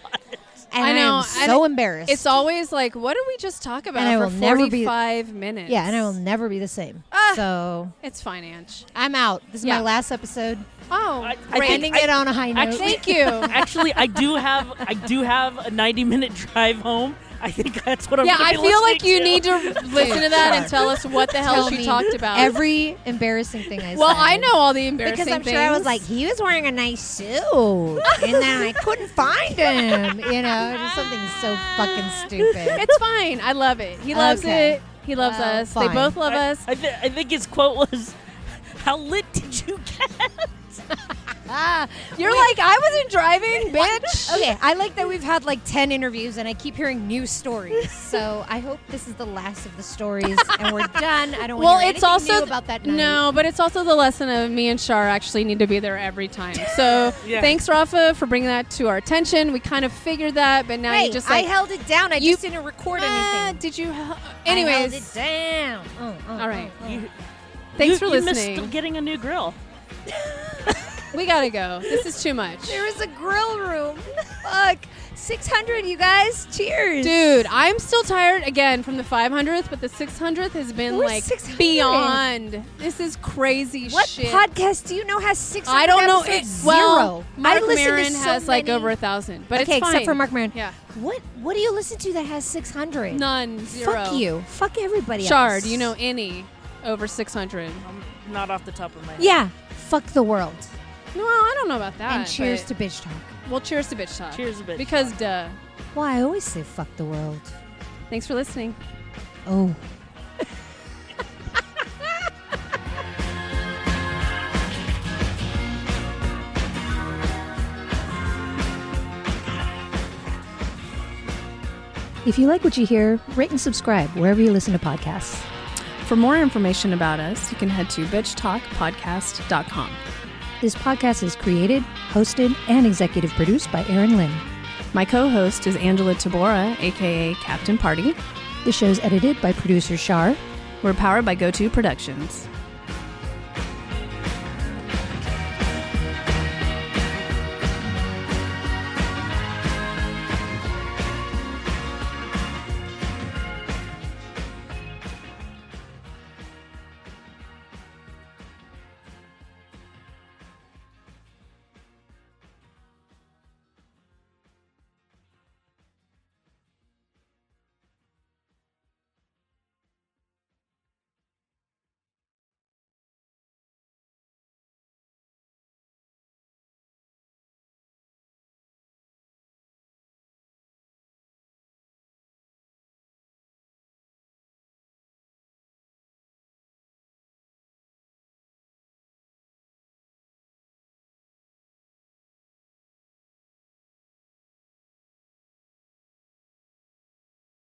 Speaker 2: And
Speaker 3: I
Speaker 2: I
Speaker 3: know,
Speaker 2: am
Speaker 3: and
Speaker 2: so embarrassed.
Speaker 3: It's always like, what did we just talk about
Speaker 2: And I
Speaker 3: for
Speaker 2: will never be-
Speaker 3: 45 minutes?
Speaker 2: yeah, and I will never be the same.
Speaker 3: Ah.
Speaker 2: So
Speaker 3: It's finance.
Speaker 2: I'm out. This is
Speaker 3: Yeah.
Speaker 2: my last episode.
Speaker 3: Oh,
Speaker 1: I- I
Speaker 2: We're
Speaker 1: think-
Speaker 2: ending
Speaker 1: I-
Speaker 2: it on a high note.
Speaker 1: actually-
Speaker 3: thank you. yeah,
Speaker 1: Actually, I do have I do have a 90 minute drive home. I think that's what I'm. gonna
Speaker 3: I
Speaker 1: be
Speaker 3: feel like
Speaker 1: listening
Speaker 3: you
Speaker 1: to.
Speaker 3: need to listen to that and tell us what the hell
Speaker 2: Tell
Speaker 3: she
Speaker 2: me
Speaker 3: talked about.
Speaker 2: every embarrassing thing I said.
Speaker 3: well, I know all the embarrassing
Speaker 2: Because I'm
Speaker 3: things.
Speaker 2: sure I was like, he was wearing a nice suit, and then I couldn't find him. You know, just something so fucking stupid.
Speaker 3: it's fine. I love it. He loves
Speaker 2: Okay.
Speaker 3: it. He loves
Speaker 2: Well,
Speaker 3: us. They
Speaker 2: fine.
Speaker 3: both love
Speaker 1: I,
Speaker 3: us.
Speaker 1: I, th- I think his quote was, "How lit did you get?"
Speaker 2: Ah,
Speaker 3: You're like, I wasn't driving, bitch.
Speaker 2: okay, I like that we've had like ten interviews, and I keep hearing new stories. So I hope this is the last of the stories, and we're done. I don't. wanna
Speaker 3: Well,
Speaker 2: hear
Speaker 3: it's
Speaker 2: anything
Speaker 3: also
Speaker 2: new about that. Night.
Speaker 3: no, but it's also the lesson of me and Shar actually need to be there every time. So
Speaker 1: Yeah.
Speaker 3: thanks, Rafa, for bringing that to our attention. We kind of figured that, but now
Speaker 2: Hey,
Speaker 3: you just like
Speaker 2: I held it down. I
Speaker 3: You-
Speaker 2: just didn't record
Speaker 3: Ah,
Speaker 2: anything.
Speaker 3: Did you? hel-
Speaker 2: I held it
Speaker 3: Anyways,
Speaker 2: down. Oh, oh,
Speaker 3: All right.
Speaker 2: oh, oh.
Speaker 1: You-
Speaker 3: thanks
Speaker 1: you,
Speaker 3: for
Speaker 1: you
Speaker 3: listening.
Speaker 1: Missed getting a new grill.
Speaker 3: we gotta go. This is too much,
Speaker 2: There is a grill room. Fuck. 600, you guys. Cheers.
Speaker 3: dude. I'm still tired again from the 500th, but the 600th has been
Speaker 2: We're
Speaker 3: like
Speaker 2: 600.
Speaker 3: beyond. This is crazy
Speaker 2: What
Speaker 3: shit.
Speaker 2: podcast do you know has 600
Speaker 3: I don't know. It,
Speaker 2: episodes?
Speaker 3: well,
Speaker 2: Zero. I
Speaker 3: Mark
Speaker 2: listen to
Speaker 3: Maron
Speaker 2: so
Speaker 3: has like
Speaker 2: many-
Speaker 3: over a thousand, but
Speaker 2: Okay,
Speaker 3: it's fine.
Speaker 2: except for Mark Maron.
Speaker 3: Yeah.
Speaker 2: What, what do you listen to that has 600?
Speaker 3: None. Zero.
Speaker 2: Fuck you. Fuck everybody
Speaker 3: Shard,
Speaker 2: else.
Speaker 3: do you know any over 600?
Speaker 1: I'm not off the top of my head.
Speaker 2: Yeah. Fuck the world.
Speaker 3: No, I don't know about that.
Speaker 2: and cheers to
Speaker 3: Ah, but-
Speaker 2: bitch talk.
Speaker 3: well, cheers to bitch talk.
Speaker 1: Cheers to bitch
Speaker 3: Because duh.
Speaker 2: Well, I always say fuck the world.
Speaker 3: Thanks for listening.
Speaker 2: Oh. If you like what you hear, rate and subscribe wherever you listen to podcasts.
Speaker 3: For more information about us, you can head to bitchtalkpodcast.com.
Speaker 2: This podcast is created, hosted, and executive produced by Aaron Lynn.
Speaker 3: My co host is Angela Tabora, aka Captain Party.
Speaker 2: The show's edited by producer Shar.
Speaker 3: We're powered by GoTo Productions.